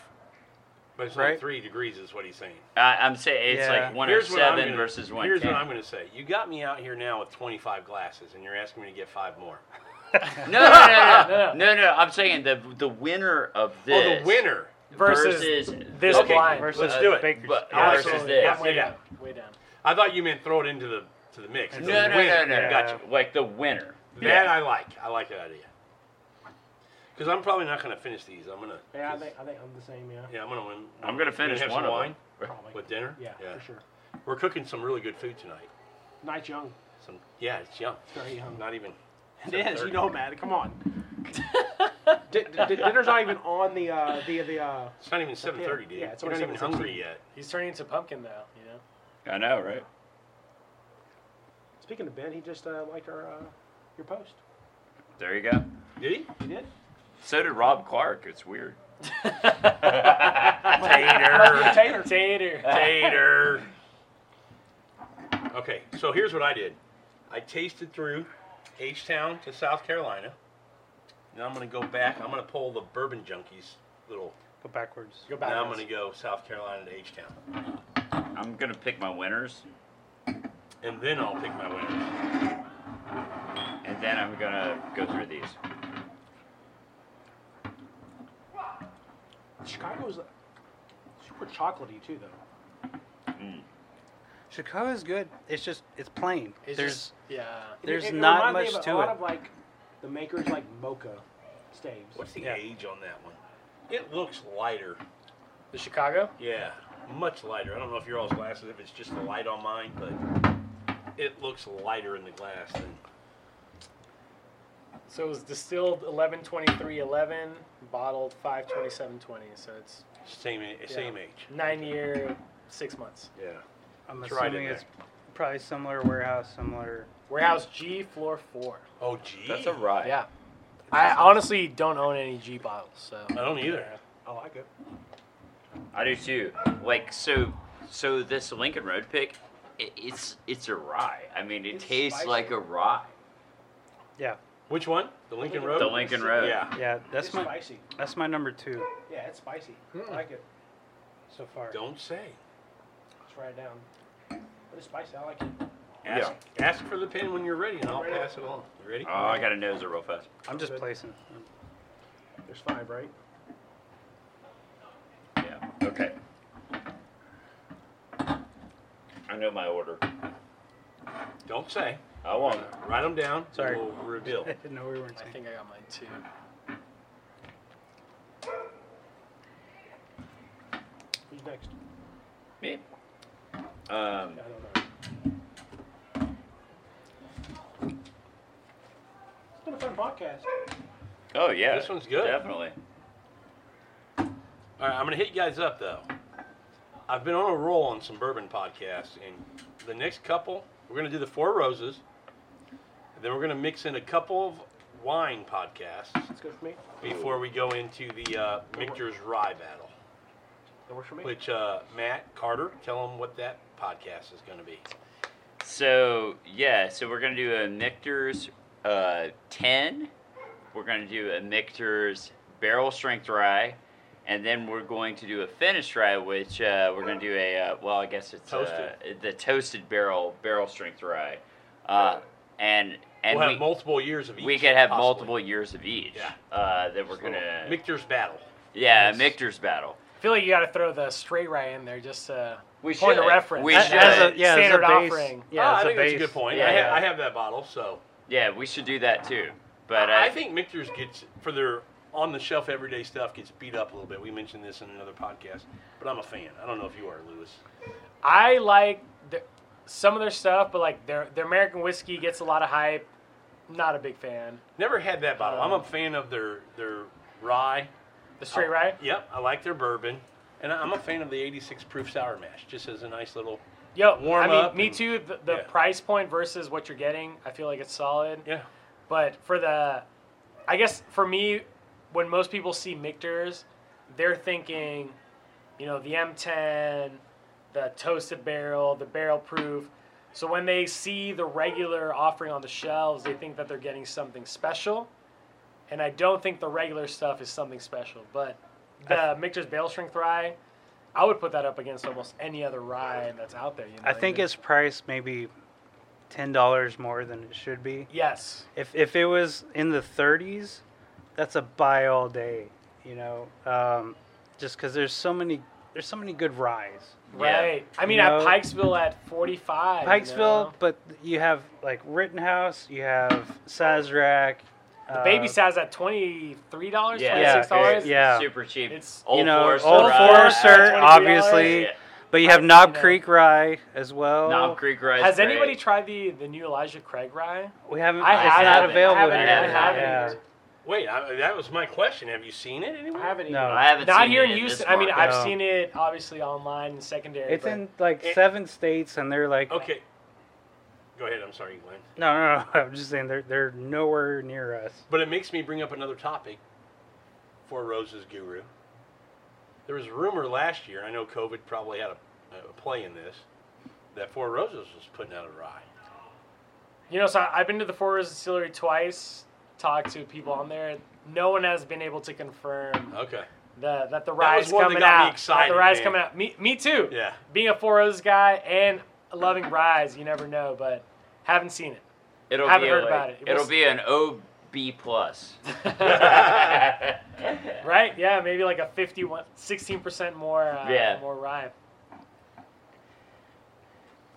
But it's
Right.
like three degrees is what he's saying.
I, I'm saying it's
Yeah.
like
Here's what I'm
107
gonna-
versus 110.
Here's what I'm going to say. You got me out here now with 25 glasses, and you're asking me to get five more.
No, no, no, no, no, no, no. I'm saying the the winner of
Oh,
this. Uh,
the winner.
versus,
versus
this
okay,
blind.
Let's do it.
Bakers.
But-
Yeah.
versus
Absolutely.
this.
I'm way
Yeah.
down. Way down.
I thought you meant throw it into the to the mix. The
No, no, no,
winner.
no.
Gotcha.
Like the winner.
That I like. I like that idea. Because I'm probably not going to finish these. I'm going to.
Yeah, I think, I think I'm the same, yeah.
Yeah, I'm going to win.
I'm gonna
You
finish
have some
one of
wine
them.
Probably.
with dinner.
yeah, for sure.
We're cooking some really good food tonight.
Night young.
Some yeah, it's young.
Very young.
Not even.
It is. You know, Matt. Come on. D- d- d- dinner's not even on the uh, the the. Uh,
It's not even 7:30, dude.
Yeah, it's
We're
only
not even
7:16.
hungry yet.
He's turning into pumpkin now, you know.
I know, right?
speaking of Ben, he just uh, liked our uh, your post.
There you go.
Did he?
He did.
So did Rob Clark. It's weird.
Tater. Uh,
Tater, tater.
Tater. Okay, so here's what I did. I tasted through H Town to South Carolina. Now I'm gonna go back. I'm gonna pull the Bourbon Junkies little.
Go backwards.
Go back.
Now I'm gonna go South Carolina to H Town.
I'm gonna pick my winners,
and then I'll pick my winners.
and then I'm gonna go through these.
Chicago's uh, super chocolatey too, though.
Chicago's good. It's just it's plain.
It's
There's
just- yeah.
There's
it, it
not
reminds me
much
of
to
a, A lot
it.
of like the makers like mocha staves.
What's the
Yeah.
age on that one? It looks lighter.
The Chicago?
Yeah, much lighter. I don't know if you're all's glasses, if it's just the light on mine, but it looks lighter in the glass than.
So it was distilled 112311, bottled 52720. So it's
Same, a- same age.
nine year, six months.
Yeah.
I'm
It's right in
assuming it's
there.
probably similar warehouse, similar.
Warehouse G, floor four.
Oh, gee.
That's a rye.
Yeah. I honestly don't own any G bottles, so.
I don't either.
I like it.
I do too. Like so, so this Lincoln Road pick, it, it's it's a rye. I mean, it
It's
tastes
spicy.
like a rye.
Yeah,
Which one? The Lincoln Road.
The Lincoln Road.
Yeah.
yeah. That's
it's
my
spicy.
that's my number two
Yeah, it's spicy.
Hmm.
I like it.
so far.
Don't say.
Let's write it down. But it's spicy. I like it.
Ask, ask for the pen when you're ready, and I'll
Right up.
pass it on. You ready?
Oh, I got a nose real fast.
I'm just
Good.
placing.
There's five, right?
Yeah. Okay. I know my order.
Don't say.
I won't.
Write them down.
Sorry.
And we'll reveal.
I didn't know we weren't.
I
Saying.
think I got mine too.
Who's next?
Me. Um,
I don't know. It's been a fun podcast.
oh yeah.
This one's good.
Definitely.
All right, I'm gonna hit you guys up though. I've been on a roll on some bourbon podcasts, and the next couple, we're gonna do the Four Roses, and then we're gonna mix in a couple of wine podcasts
It's good for me.
before we go into the uh, Michter's Rye Battle.
That works for me.
Which uh, Matt Carter, tell them what that podcast is gonna be.
So yeah, so we're gonna do a Michter's uh, ten. We're gonna do a Michter's barrel strength rye, and then we're going to do a finished rye, which uh, we're gonna do a uh, well, I guess it's uh,
Toasted.
the toasted barrel barrel strength rye, uh, and and
we'll
we,
have multiple years of each.
we could have
possibly.
multiple years of each
Yeah.
uh, that we're
So,
gonna
Michter's Battle.
yeah Michter's battle.
I feel like you got to throw the straight rye in there just to
We
point
should.
of reference.
We
As-
should.
as a
As
yeah, as a
standard
base-
offering.
Yeah,
Ah,
as
I
a
think
base.
that's a good point.
Yeah,
I, ha-
yeah.
I have that bottle, so
Yeah, we should do that too. But uh,
I think Michter's gets for their on the shelf everyday stuff gets beat up a little bit. We mentioned this in another podcast, but I'm a fan. I don't know if you are, Lewis.
I like the, some of their stuff, but like their their American whiskey gets a lot of hype. Not a big fan.
Never had that bottle.
Um,
I'm a fan of their their rye.
The straight
Oh.
rye.
Yep, I like their bourbon, and I'm a fan of the 86 proof sour mash. Just as a nice little
Yo,
warm
I mean,
up
me
and-
too. The, the
yeah.
price point versus what you're getting, I feel like it's solid.
yeah.
But for the, I guess for me, when most people see Michter's, they're thinking, you know, the M10, the toasted barrel, the barrel proof. So when they see the regular offering on the shelves, they think that they're getting something special. And I don't think the regular stuff is something special. But the Michter's Barrel Strength Rye, I would put that up against almost any other rye that's out there. You know,
I think
even-
it's priced maybe ten dollars more than it should be.
Yes.
If if it was in the 30s, that's a buy all day. You know, um, just because there's so many there's so many good ryes.
Yeah.
Right. I mean,
You
at
know-
Pikesville at 45. you
Pikesville,
know?
but you have like Rittenhouse, you have Sazerac. The
Baby Saz at $23, $26.
Yeah, it's
$26? Um, Yeah.
super cheap.
It's-
Old
you know,
Forester,
Old
Rye.
Forester,
$23.
obviously.
Yeah.
But you have Knob
you know.
Creek Rye as well.
Knob Creek Rye. is
Has
great.
anybody tried the, the new Elijah Craig rye?
We haven't.
I
it's
haven't.
not
Mm, I
available
haven't.
here.
I haven't.
Yeah.
Wait, I, that was my question. Have you seen it anywhere?
I haven't
No.
even.
I haven't
Not
seen
here in
it this
Houston. I mean,
market.
I've
No.
seen it obviously online and secondary.
It's
but
in like
It-
seven states, and they're like,
Okay. Go ahead. I'm sorry, Glenn.
no, no, no. I'm just saying they're they're nowhere near us.
But it makes me bring up another topic for Rose's Guru. There was a rumor last year, and I know COVID probably had a, a play in this, that Four Roses was putting out a rye.
You know, so I- I've been to the Four Roses Distillery twice, talked to people on there. No one has been able to confirm
Okay.
the, that the rye's
was one that
coming
got me
out.
excited,
that the rye's
man.
coming out. Me, me too.
Yeah.
Being a Four Roses guy and loving ryes, you never know, but haven't seen it.
It'll
haven't
be
heard
like-
about it. It
It'll
was-
be an OB plus.
Right? Yeah, maybe like a 51, 16% more, uh,
Yeah.
more rye.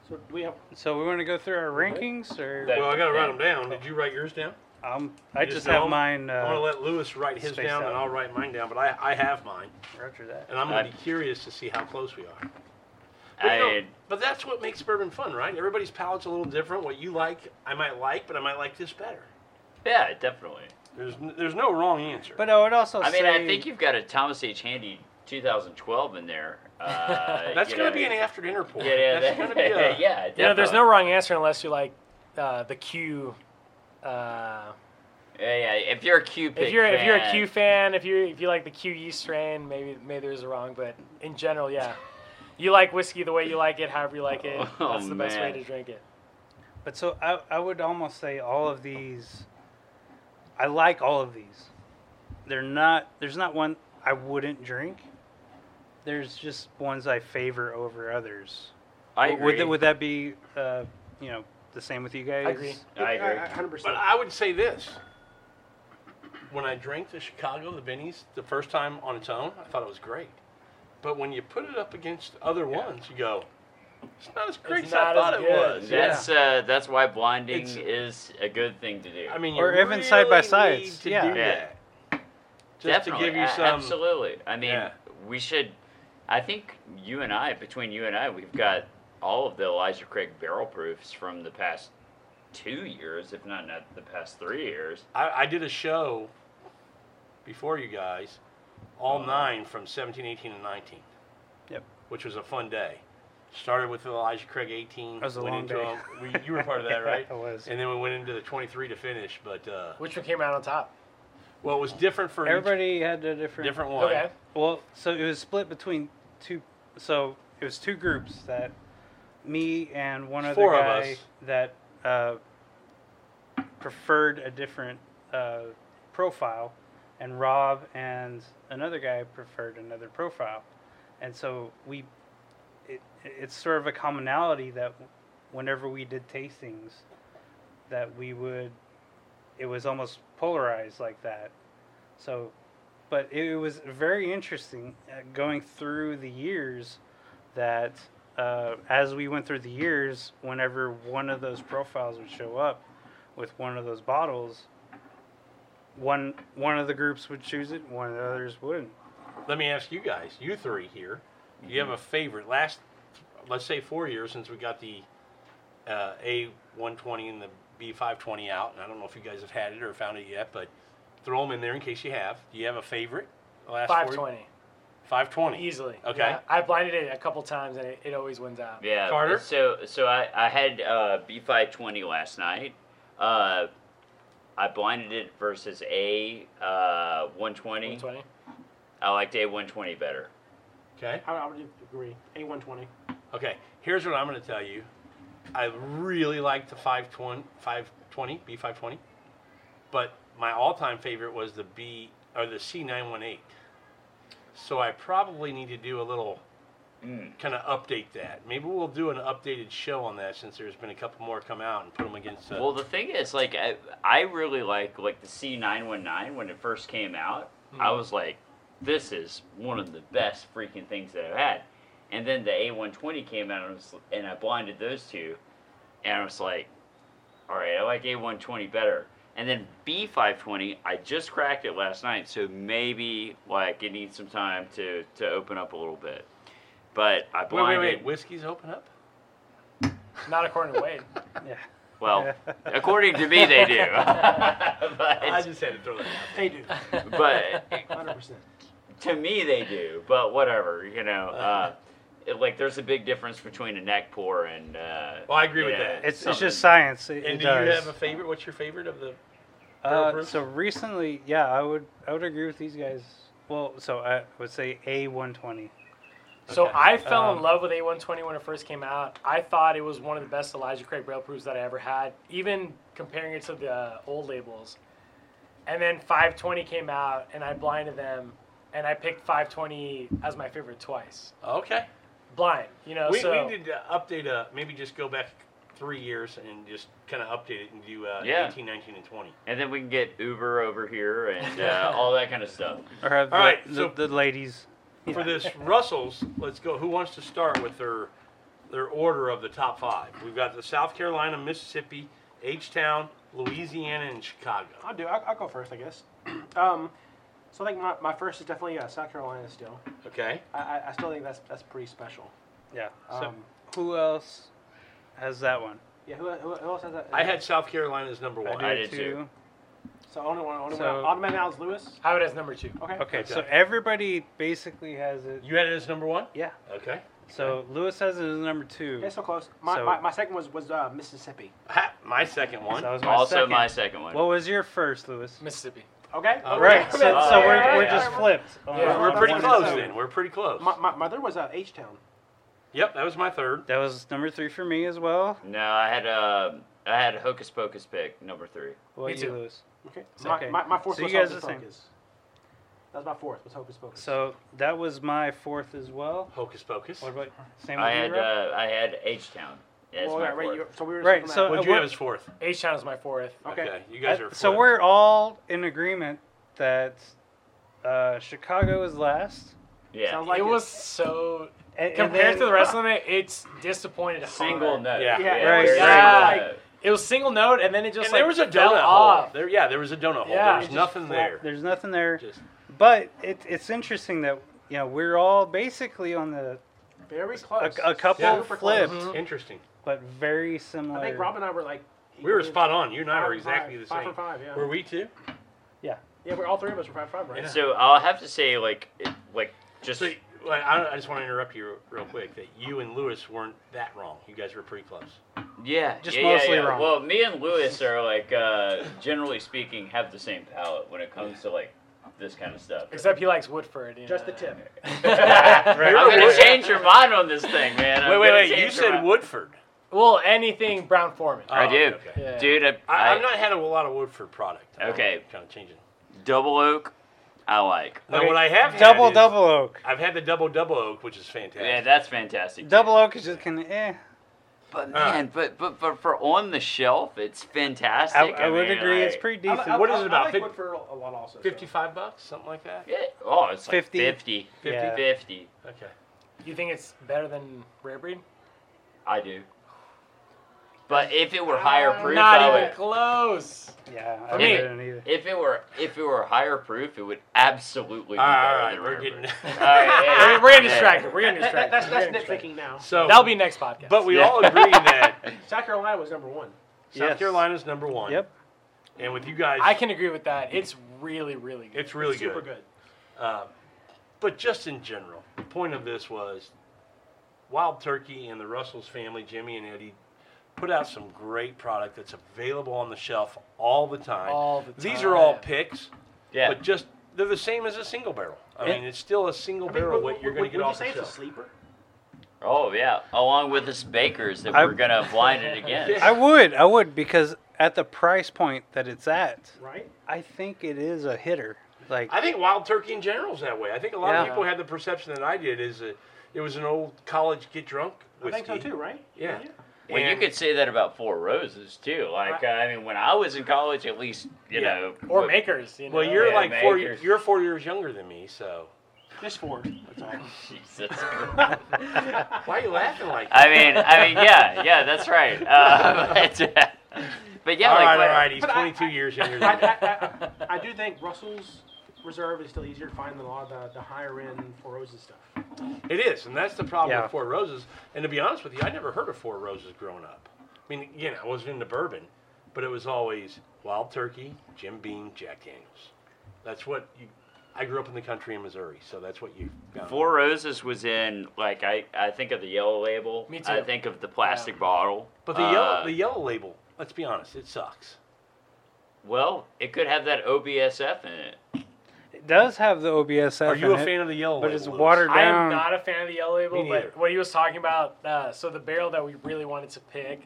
So do we have
So we want to go through our rankings, or
That-
Well, I got to write them down. Did you write yours down?
um, I
You
just
know
have
'em?
mine.
I want to
Uh,
let Lewis write his
spaced
down, and
out.
I'll write mine down. But I, I have mine,
Roger that.
and I'm going to
I-
be curious to see how close we are. But, you know,
I,
but that's what makes bourbon fun, right? Everybody's palate's a little different. What you like, I might like, but I might like this better.
yeah, definitely.
There's n- there's no wrong answer.
But I would also
I
say,
mean, I think you've got a Thomas H. Handy 2012 in there. Uh,
that's
you
going
know.
to be an after dinner pour.
Yeah, yeah,
that's
that-
going to be a
yeah. Definitely.
You know, there's no wrong answer unless you like uh, the Q. Uh,
Yeah, yeah. If you're a Q pick,
if you're if you're a
fan,
Q fan, if you if you like the Q yeast strain, maybe maybe there's a wrong, but in general, yeah, you like whiskey the way you like it, however you like it.
Oh,
That's the best way
man.
to drink it.
But so I, I would almost say all of these. I like all of these. They're not. There's not one I wouldn't drink. There's just ones I favor over others.
I
W-
agree.
Would that, would that be, uh, you know, the same with you guys?
agree.
I agree.
100%.
But I would say this. When I drank the Chicago, the Bennies, the first time on its own, I thought it was great. But when you put it up against other ones, you go, it's not as great as I
not as
thought it
good."
was.
That's uh, that's why blinding
It's-
is a good thing to do.
I mean,
Or
you
even side by
really
sides,
need to
yeah.
do
Yeah.
that. Just to
definitely.
give you
a-
some.
absolutely. I mean,
Yeah.
we should. I think you and I, between you and I, we've got all of the Elijah Craig barrel proofs from the past two years, if not not the past three years.
I, I did a show before you guys, all nine from 17, 18, and 19.
Uh-huh. Yep.
Which was a fun day. Started with Elijah Craig 18.
That was a
went
long
into,
day.
um, we, you were part of that, right?
I was.
And then we went into the 23 to finish, but uh,
Which one came out on top?
well, it was different for each-
Everybody had a different.
different one.
Okay,
Well, so it was split between two. So it was two groups that me and one other
Four of
guy
us.
that uh, preferred a different uh, profile, and Rob and another guy preferred another profile, and so we. It, it's sort of a commonality that whenever we did tastings, that we would. It was almost polarized like that, so but it was very interesting uh, going through the years that uh, as we went through the years whenever one of those profiles would show up with one of those bottles one one of the groups would choose it one of the others wouldn't
Let me ask you guys, you three here, do you have a favorite? Last, let's say four years since we got the uh, A120 and the B520 out, and I don't know if you guys have had it or found it yet, but throw them in there in case you have. Do you have a favorite? The Last four-
five twenty
520.
easily.
Okay.
Yeah, I blinded it a couple times and it, it always wins out.
Yeah.
Carter?
So so I, I had uh, B520 last night. Uh, I blinded it versus A uh, 120.
120.
I liked A 120 better.
Okay.
I, I would agree. A120.
Okay. Here's what I'm going to tell you. I really like the 520, 520 B520, but my all-time favorite was the B or the C918. So I probably need to do a little kind of update that. Maybe we'll do an updated show on that since there's been a couple more come out and put them against. The,
Well, the thing is, like,
Mm-hmm.
I, I really like like the C nine one nine when it first came out. I was like, this is one of the best freaking things that I've had. And then the A120 came out, and, I was, and I blinded those two, and I was like, all right, I like A120 better. And then B520, I just cracked it last night, so maybe like it needs some time to to open up a little bit. But
Wait,
I
wait,
blinded.
wait. Whiskey's open up?
Not according to Wade.
Yeah.
Well, according to me, they do.
I
but,
just had to throw that out.
They do.
but
100%.
to me they do but whatever you know uh, it- like there's a big difference between a neck pour and uh,
Well, I agree with
yeah,
that.
It's, it's
something.
just science. It,
And
it
do
does.
you have a favorite? What's your favorite of the?
Uh,
Proof?
so recently, yeah, I would I would agree with these guys. Well, so I would say A120.
So
Okay.
I fell
Um,
in love with A120 when it first came out. I thought it was one of the best Elijah Craig barrel proofs that I ever had, even comparing it to the uh, old labels. And then 520 came out, and I blinded them, and I picked 520 as my favorite twice.
Okay.
Blind, you
Uh,
know.
We,
so
we need to update. Uh, maybe just go back three years and just kind of update it and do uh,
Yeah.
18, 19, and 20.
and then we can get uber over here and uh, all that kind of stuff
Or have the,
All right,
the,
so-
the ladies.
For this Russell's, let's go. Who wants to start with their their order of the top five? We've got the South Carolina, Mississippi, H Town, Louisiana, and Chicago.
I'll do. I'll, I'll go first, I guess. um, so I think my, my first is definitely uh, South Carolina still.
Okay.
I, I, I still think that's that's pretty special.
Yeah. So
Um,
who else has that one?
Yeah, who, who, who else has that?
I had South Carolina as number one.
do. I did too.
So only one, only
So-
one. Automatic now is Lewis.
I would as number two.
Okay.
Okay, so
Okay.
everybody basically has it.
You had it as number one.
Yeah.
Okay.
So Lewis has it as number two.
Okay, so close. My,
So-
my, my second was was uh, Mississippi.
Ha, my second one.
So that was my
also
second.
my second one
What was your first, Lewis?
Mississippi.
Okay.
Uh,
Right. So,
Okay.
so
Okay.
we're, we're
Yeah.
just flipped. on
Yeah.
We're- we're
one
pretty
and
close
two.
then. We're pretty close.
My, my, my third was uh, H Town.
yep, that was my third.
That was number three for me as well.
no i had uh, i had hocus pocus pick number three
What
Me
you,
too.
Lewis?
Okay.
It's
My,
okay.
my, my fourth
So
was
you guys
Hocus
are the same.
Pocus. That was my fourth. Was Hocus Pocus.
So that was my fourth as well.
Hocus Pocus.
What about same with
i
you,
had
Rob?
uh, i had h town as
Well,
my
right, right,
fourth.
you- so we were
Right,
circling
so-
that.
What'd you
what-
have as fourth?
H Town is my fourth.
Okay.
You guys are.
Uh, so
flipped.
we're all in agreement that uh, Chicago is last.
yeah
sounds like
it was so
And, and
compared
then-
to the rest of them, it's disappointed.
single
hard.
note Uh,
Yeah.
Yeah,
it
right,
was
right.
single
Yeah.
note.
It was single note, and then it just
And
like
there was a
fell
donut hole.
off.
There, yeah, there was a donut hole.
Yeah.
There was
It just
nothing there.
There's nothing there.
Just-
But it, it's interesting that you know we're all basically on the
very
a,
close.
a couple
Yeah.
Super close.
flipped,
Interesting.
but very similar.
I think Rob and I were like.
We were spot on. You and I
Five
were
for
exactly
five.
the
Five
same.
for five, yeah.
Were we too?
Yeah.
Yeah, we're all three of us were five five, right?
Yeah.
so i'll have to say like it, like just
So, like, I, I just want to interrupt you real quick. That you and Lewis weren't that wrong. You guys were pretty close.
Yeah,
Just
yeah, yeah,
mostly
yeah.
wrong.
Well, me and Lewis are like, uh, generally speaking, have the same palate when it comes to like this kind of stuff.
Except he likes Woodford. you
Just the
know.
tip.
I'm gonna change your mind on this thing, man. I'm
Wait, wait,
gonna
wait.
change
You
your
said
mind.
Woodford.
Well, anything Brown Foreman.
I
Oh,
do,
okay.
Yeah.
dude. I,
I,
I,
I've not had a lot of Woodford product.
Okay.
Kind of changing.
double oak. I like.
Now
Okay.
what I have had
double
is-
double oak.
I've had the double double oak, which is fantastic.
Yeah, that's fantastic.
Double oak is just kind of eh.
But man, but but but for on the shelf, it's fantastic.
I, I would
mean,
agree.
like-
It's pretty
I li-
decent.
I-
What is
I-
it about?
I like
Fif-
Woodford a lot also. so-
Fifty-five bucks, something like that.
Yeah. Oh, it's like
50.
50. 50.
Yeah.
50.
Okay.
You think it's better than Rare Breed?
I do. But if it were higher proof,
Not
I
even
would-
close.
Yeah, I
For me.
didn't either.
If it were if it were higher proof, it would absolutely.
All
be
right,
better
all right.
than
We're
rare
getting.
proof. All right, yeah, yeah,
We're getting
yeah.
distracted. We're getting
That-
distracted.
that- that's that's
We're getting distracted.
nitpicking now.
So,
That'll be next podcast.
but we
Yeah.
all agree that
South Carolina was number one.
South
Yes.
Carolina's number one.
Yep.
And with you guys,
I can agree with that. It's really, really good.
it's really
Super
good. Um,
good.
But just in general, the point of this was Wild Turkey and the Russell's family, Jimmy and Eddie, put out some great product that's available on the shelf all the time.
All the
These are all
time.
picks,
Yeah.
but just they're the same as a single barrel. I
Yeah.
mean, it's still a single
I mean,
barrel
would-
what you're
would-
going to get
would
off
you say
the
it's a
shelf.
sleeper?
Oh yeah, along with this Baker's that
I-
we're gonna blind it again.
I would, I would, because at the price point that it's at,
Right.
I think it is a hitter. Like
I think Wild Turkey in general is that way. I think a lot of
Yeah.
people had the perception that I did is that it was an old college get drunk
I
whiskey.
think so too, right?
Yeah.
Well, you
And-
could say that about Four Roses too. Like, uh, I mean, when I was in college, at least you
Yeah.
know,
Or
what-
makers. You know?
Well, you're
Yeah,
like four.
makers.
You're four years younger than me, so
Just Ford. That's all.
Jesus.
why are you laughing like that?
I mean, I mean, yeah, yeah, that's right. Uh, but, but yeah,
all
like,
right,
what-
all right. He's
But I-
22 years younger
I,
than me.
I, I, I do think Russell's reserve is still easier to find than a lot of the, the higher end Four Roses stuff.
It is, and that's the problem
Yeah.
with Four Roses. And to be honest with you, I never heard of Four Roses growing up. I mean, again, I wasn't into bourbon, but it was always Wild Turkey, Jim Beam, Jack Daniels. That's what you. I grew up in the country in Missouri, so that's what you. Found.
Four Roses was in like I, I think of the yellow label.
Me too.
I think of the plastic bottle.
But the
Uh,
yellow, the yellow label. Let's be honest, it sucks.
well, it could have that OBSF in it.
It does have the OBSF.
Are you a
in it,
fan of the yellow
But
label?
it's
Louis?
watered
I am
down.
not a fan of the yellow label,
Me neither.
but what he was talking about, uh, so the barrel that we really wanted to pick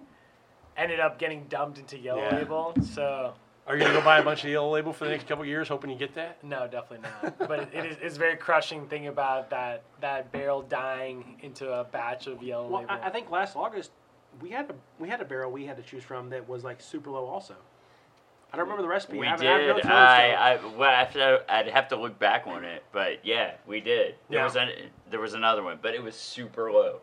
ended up getting dumped into yellow
Yeah.
label. So
Are you gonna go buy a bunch of yellow label for the next couple of years, hoping you get that?
no, definitely not. but it is it's very crushing thing about that that barrel dying into a batch of yellow
Well,
label.
I, I think last August we had a we had a barrel we had to choose from that was like super low. Also, I don't remember the recipe.
We
I haven't- I haven't
did.
notes on it, so-
I, I, well, I have to, I'd have to look back on it, but yeah, we did. There
Yeah.
was an, there was another one, but it was super low.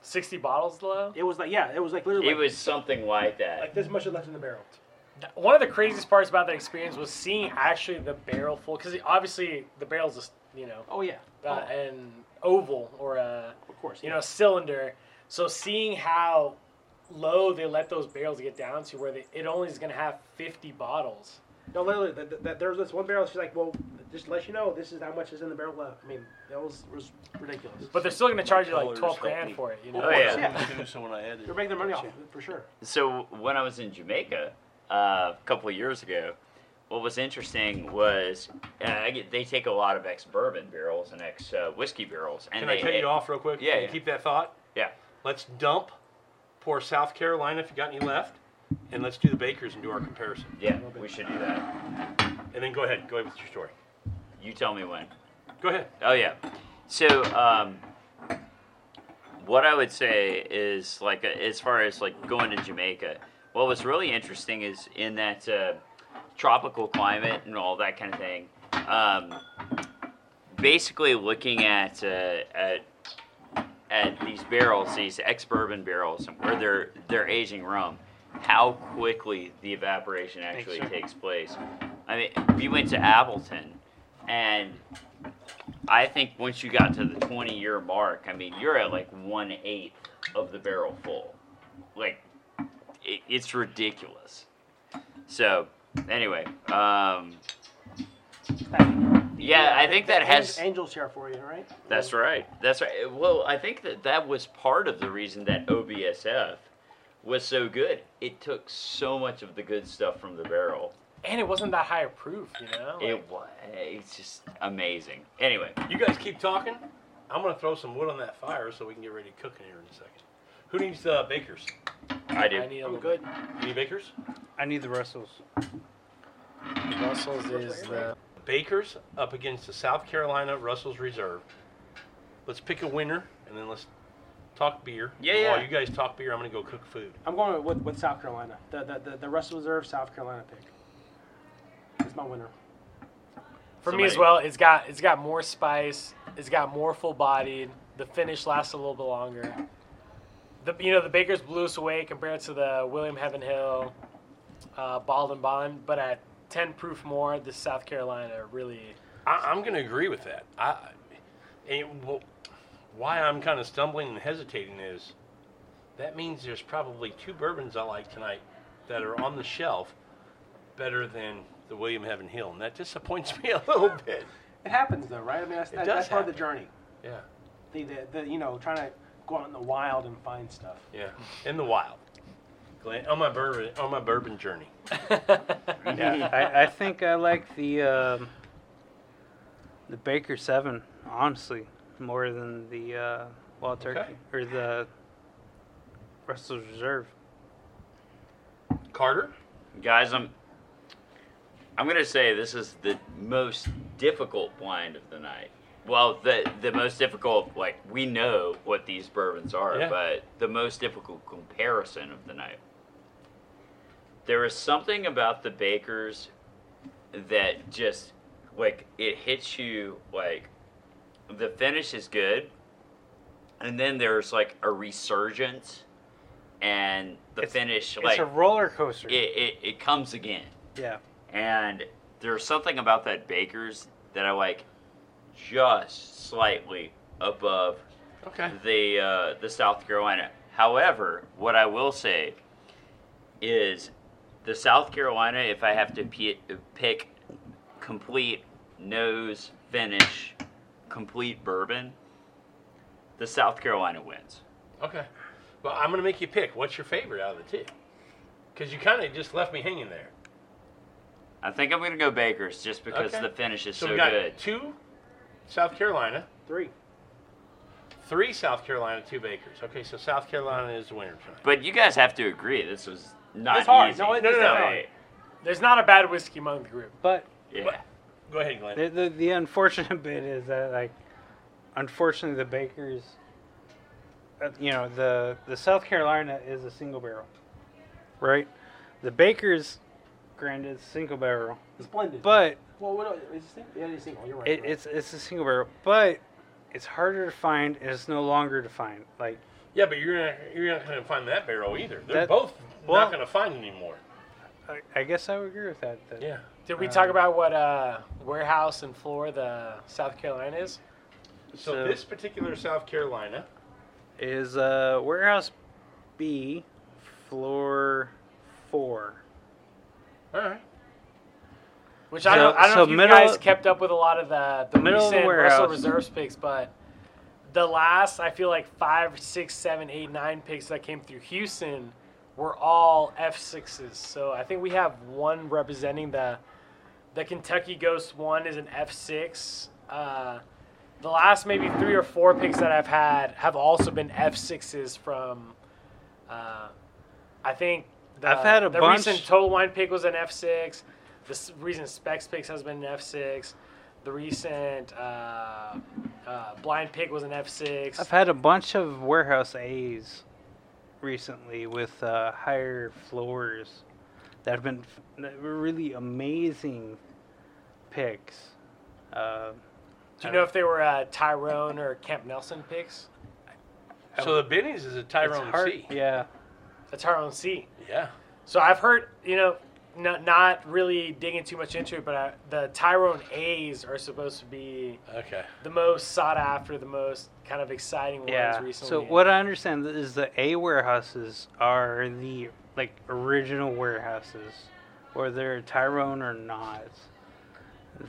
Sixty bottles low.
It was like yeah, it was like literally
It
like,
was something like that.
like this much left in the barrel.
One of the craziest parts about that experience was seeing actually the barrel full, because obviously the barrel's just you know
Oh yeah,
uh, an oval or a
of course.
you
yeah.
know, cylinder. So seeing how low they let those barrels get down to where they, it only is going to have 50 bottles.
No, literally, th th that there was this one barrel. She's like, "Well, just to let you know, this is how much is in the barrel left." I mean, that was was ridiculous.
But they're still going to charge you like
Colors
12
help
grand
me.
for it, you know?
Oh, yeah.
So when I had it-
they're making their money off it, for sure.
So when I was in Jamaica uh, a couple of years ago, what was interesting was uh, I get- they take a lot of ex bourbon barrels and ex uh, whiskey barrels, and
Can
they
I cut you off real quick?
Yeah,
Can you
yeah.
keep that thought.
Yeah.
Let's dump, pour South Carolina if you got any left, and let's do the Bakers and do our comparison.
Yeah, we should do that.
And then go ahead, go ahead with your story.
You tell me when.
Go ahead.
Oh yeah. So um, what I would say is like uh, as far as like going to Jamaica, what was really interesting is in that uh, tropical climate and all that kind of thing. Um, basically, looking at uh, at at these barrels, these ex bourbon barrels, and where they're they're aging rum, how quickly the evaporation actually takes place. I mean, we went to Appleton, and I think once you got to the 20 year mark, I mean, you're at like one eighth of the barrel full. Like, it, it's ridiculous. So, anyway, um, yeah, I think that has.
angels here for you, right?
That's right. That's right. Well, I think that that was part of the reason that OBSF was so good. It took so much of the good stuff from the barrel.
And it wasn't that higher proof, you know? Like,
It was. It's just amazing. Anyway,
You guys keep talking. I'm gonna throw some wood on that fire so we can get ready to cook in here in a second. Who needs the Bakers?
I do.
I need a
I'm
little
good.
Any Bakers?
I need the Russells.
bit. Russell's is the.
Bakers up against the South Carolina Russell's Reserve. Let's pick a winner and then let's talk beer.
Yeah, yeah.
While you guys talk beer, I'm gonna go cook food.
I'm going with, with South Carolina. The the, the the Russell Reserve South Carolina pick. It's my winner.
For me as
Somebody-
well, it's got it's got more spice. It's got more full bodied. The finish lasts a little bit longer. The you know the Baker's blew us away compared to the William Heaven Hill, uh, Bald and Bond, but at ten proof more, the South Carolina really.
I, I'm going to agree with that. I, and wh- why I'm kind of stumbling and hesitating is that means there's probably two bourbons I like tonight that are on the shelf better than the William Heaven Hill, and that disappoints me a little bit.
It happens though, right? I mean, that's, that,
does
that's part of the
happen.
journey.
Yeah,
The, the, the you know trying to go out in the wild and find stuff.
yeah, in the wild. Glenn, on my bourbon, on my bourbon journey.
Yeah, I, I think I like the um, the Baker Seven honestly more than the uh, Wild Turkey
Okay.
or the Russell's Reserve.
Carter,
Guys, I'm I'm gonna say this is the most difficult blind of the night. Well, the the most difficult, like we know what these bourbons are,
Yeah.
but the most difficult comparison of the night. There is something about the bakers that just like it hits you like the finish is good, and then there's like a resurgence, and the
It's-
finish
it's
like
a roller coaster.
it, it it comes again
yeah.
and there's something about that baker's that I like just slightly above
Okay.
the uh, the South Carolina. However, what I will say is the South Carolina, if I have to p- pick complete nose finish, complete bourbon, the South Carolina wins.
Okay. Well, I'm going to make you pick. What's your favorite out of the two? Because you kind of just left me hanging there.
I think I'm gonna go Baker's just because
Okay.
the finish is
So,
so,
we got
good.
two South Carolina,
Three.
three South Carolina, two Bakers. Okay, so South Carolina is the winner tonight.
But you guys have to agree this was not
It's hard.
easy.
No, it-
No, no,
it's
no.
not hard.
Right.
There's not a bad whiskey among the group.
But
Yeah.
Go ahead, Glenn.
the, the the unfortunate bit is that like, unfortunately, the bakers. uh, You know the the South Carolina is a single barrel, right? The bakers, granted, it's single barrel,
It's blended.
but
well, what, is it single? Yeah, it's single. You're right.
it,
you're right.
it's it's a single barrel, but it's harder to find and it's no longer defined. Like
Yeah, but you're not, you're not going to find that barrel either. They're
That-
both
well-
not going to find anymore.
I, I guess I would agree with that. that
Yeah.
Did we talk about what uh, warehouse and floor the South Carolina is?
So,
So-
this particular South Carolina,
is uh, warehouse B, floor four.
all right.
Which I don't,
So-
I don't
so
know if you
middle-
guys kept up with a lot of the, the
Middle uh, of the
recent Russell
warehouse.
Reserves picks, but the last, I feel like five, six, seven, eight, nine picks that came through Houston were all F6s. So I think we have one representing the the Kentucky Ghost one is an F6. Uh, the last maybe three or four picks that I've had have also been F6s from, uh, I think. The,
I've had a
the
bunch-
recent Total Wine pick was an F6. The s- recent Specs picks has been an F6. The recent uh, uh, Blind pick was an F6.
I've had a bunch of warehouse A's recently with uh, higher floors that have been f- that were really amazing picks. Uh,
Do you know if they were uh, Tyrone or Camp Nelson picks?
So the Benny's is a
it's
Tyrone
hard-
C.
Yeah,
A Tyrone C.
Yeah.
So I've heard, you know, not, not really digging too much into it, but I, the Tyrone A's are supposed to be
Okay.
the most sought after, the most kind of exciting ones
yeah.
recently.
So what I understand is the A warehouses are the like original warehouses, whether they're Tyrone or not.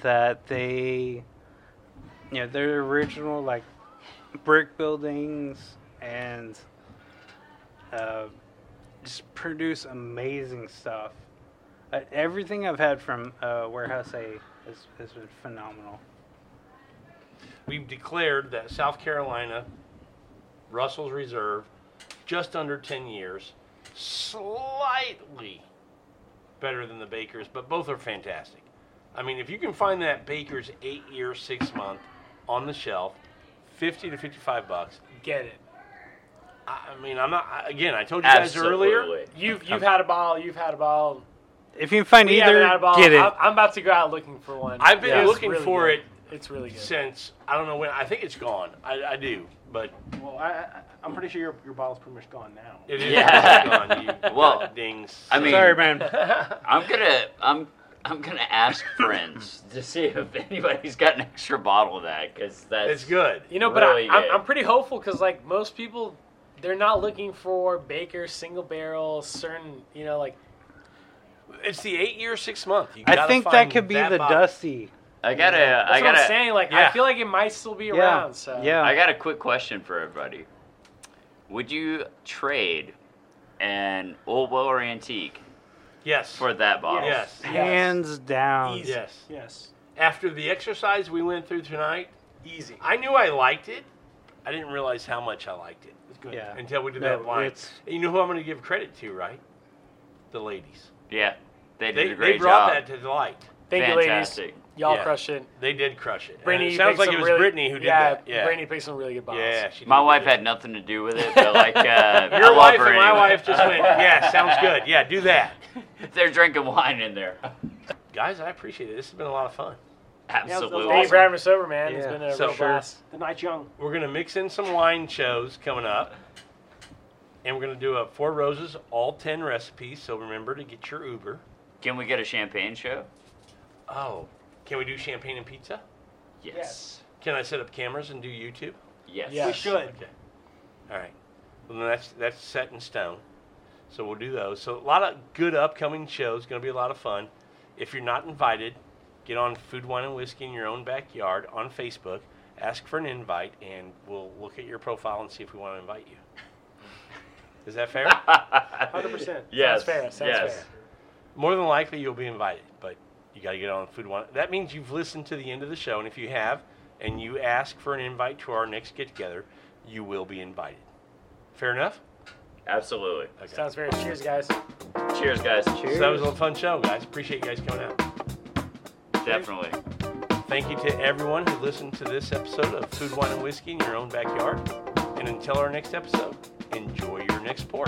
That they, you know, their original like brick buildings and uh, just produce amazing stuff. Uh, everything I've had from uh, Warehouse A has, has been phenomenal.
We've declared that South Carolina, Russell's Reserve, just under 10 years, slightly better than the Bakers, but both are fantastic. I mean, if you can find that Baker's eight year, six month on the shelf, 50 to 55 bucks.
Get it.
I I mean, I'm not, I- again, I told you guys
Absolutely.
earlier.
You've, you've had a ball, you've had a ball.
If you can find
We haven't
either,
had a ball.
get it.
I'm, I'm about to go out looking for one.
I've been
It's
looking for
good.
it
It's really good.
Since, I don't know when, I think it's gone. I, I do, but
well, Oh, I, I, I'm pretty sure your, your bottle's pretty much gone now.
it is
Yeah.
gone. You
Well,
got dings.
I mean,
Sorry, man.
I'm gonna, I'm, I'm gonna ask friends to see if anybody's got an extra bottle of that because that's
it's good.
You know, but
Really
I, I'm,
good.
I'm pretty hopeful because like most people, they're not looking for Baker single barrel, certain you know like
It's the eight year, six month. You
I
gotta
think that
find
could be
that
the
bottle.
Dusty.
I got a,
that's
I
what
got
I'm
a,
saying. Like
yeah.
I feel like it might still be
Yeah.
around. So
Yeah.
I got a quick question for everybody. Would you trade an Old Weller Antique
Yes.
for that bottle?
yes.
Hands down.
Easy.
Yes.
Yes.
After the exercise we went through tonight,
easy.
I knew I liked it. I didn't realize how much I liked it
It's good.
Yeah.
until we did
No,
that blind.
it's-
And You know who I'm going to give credit to, right? The ladies.
Yeah, they did
They,
a great
they brought
job.
that to light.
Thank you,
Fantastic.
ladies. Y'all
Yeah.
crushed it.
They did crush it.
Brittany,
and it
you
sounds
picked
like it
some
was
really,
Brittany who did
yeah,
that. Yeah,
Brittany picked some really good bombs.
yeah. She
My
did
wife
good.
had nothing to do with it, but like uh, I
Your
love
wife and
her
my
anyway.
wife just went. Yeah, sounds good. Yeah, do that,
They're drinking wine in there.
guys. I appreciate it. This has been a lot of fun.
Absolutely.
Thank you for having us over, man. It's
Yeah.
been a
So
real
sure.
blast.
The night's young.
We're gonna mix in some wine shows coming up, and we're gonna do a Four Roses all ten recipes. So remember to get your Uber.
Can we get a champagne show?
Oh, can we do champagne and pizza?
Yes.
Can I set up cameras and do YouTube?
Yes.
Yes.
We should.
Okay. All right. Well, then that's that's set in stone. So we'll do those. So a lot of good upcoming shows. Going to be a lot of fun. If you're not invited, get on Food, Wine, and Whiskey in your own backyard on Facebook. Ask for an invite, and we'll look at your profile and see if we want to invite you. Is that fair?
Hundred percent.
Yes.
fair, sounds
yes.
fair.
More than likely, you'll be invited, but you got to get on Food, Wine. That means you've listened to the end of the show, and if you have, and you ask for an invite to our next get together, you will be invited. Fair enough.
Absolutely.
Okay.
Sounds fair. Cheers, guys.
Cheers, guys.
So that was a fun show, guys. Appreciate you guys coming out.
Definitely.
Thank you to everyone who listened to this episode of Food, Wine, and Whiskey in Your Own Backyard. And until our next episode, enjoy your next pour.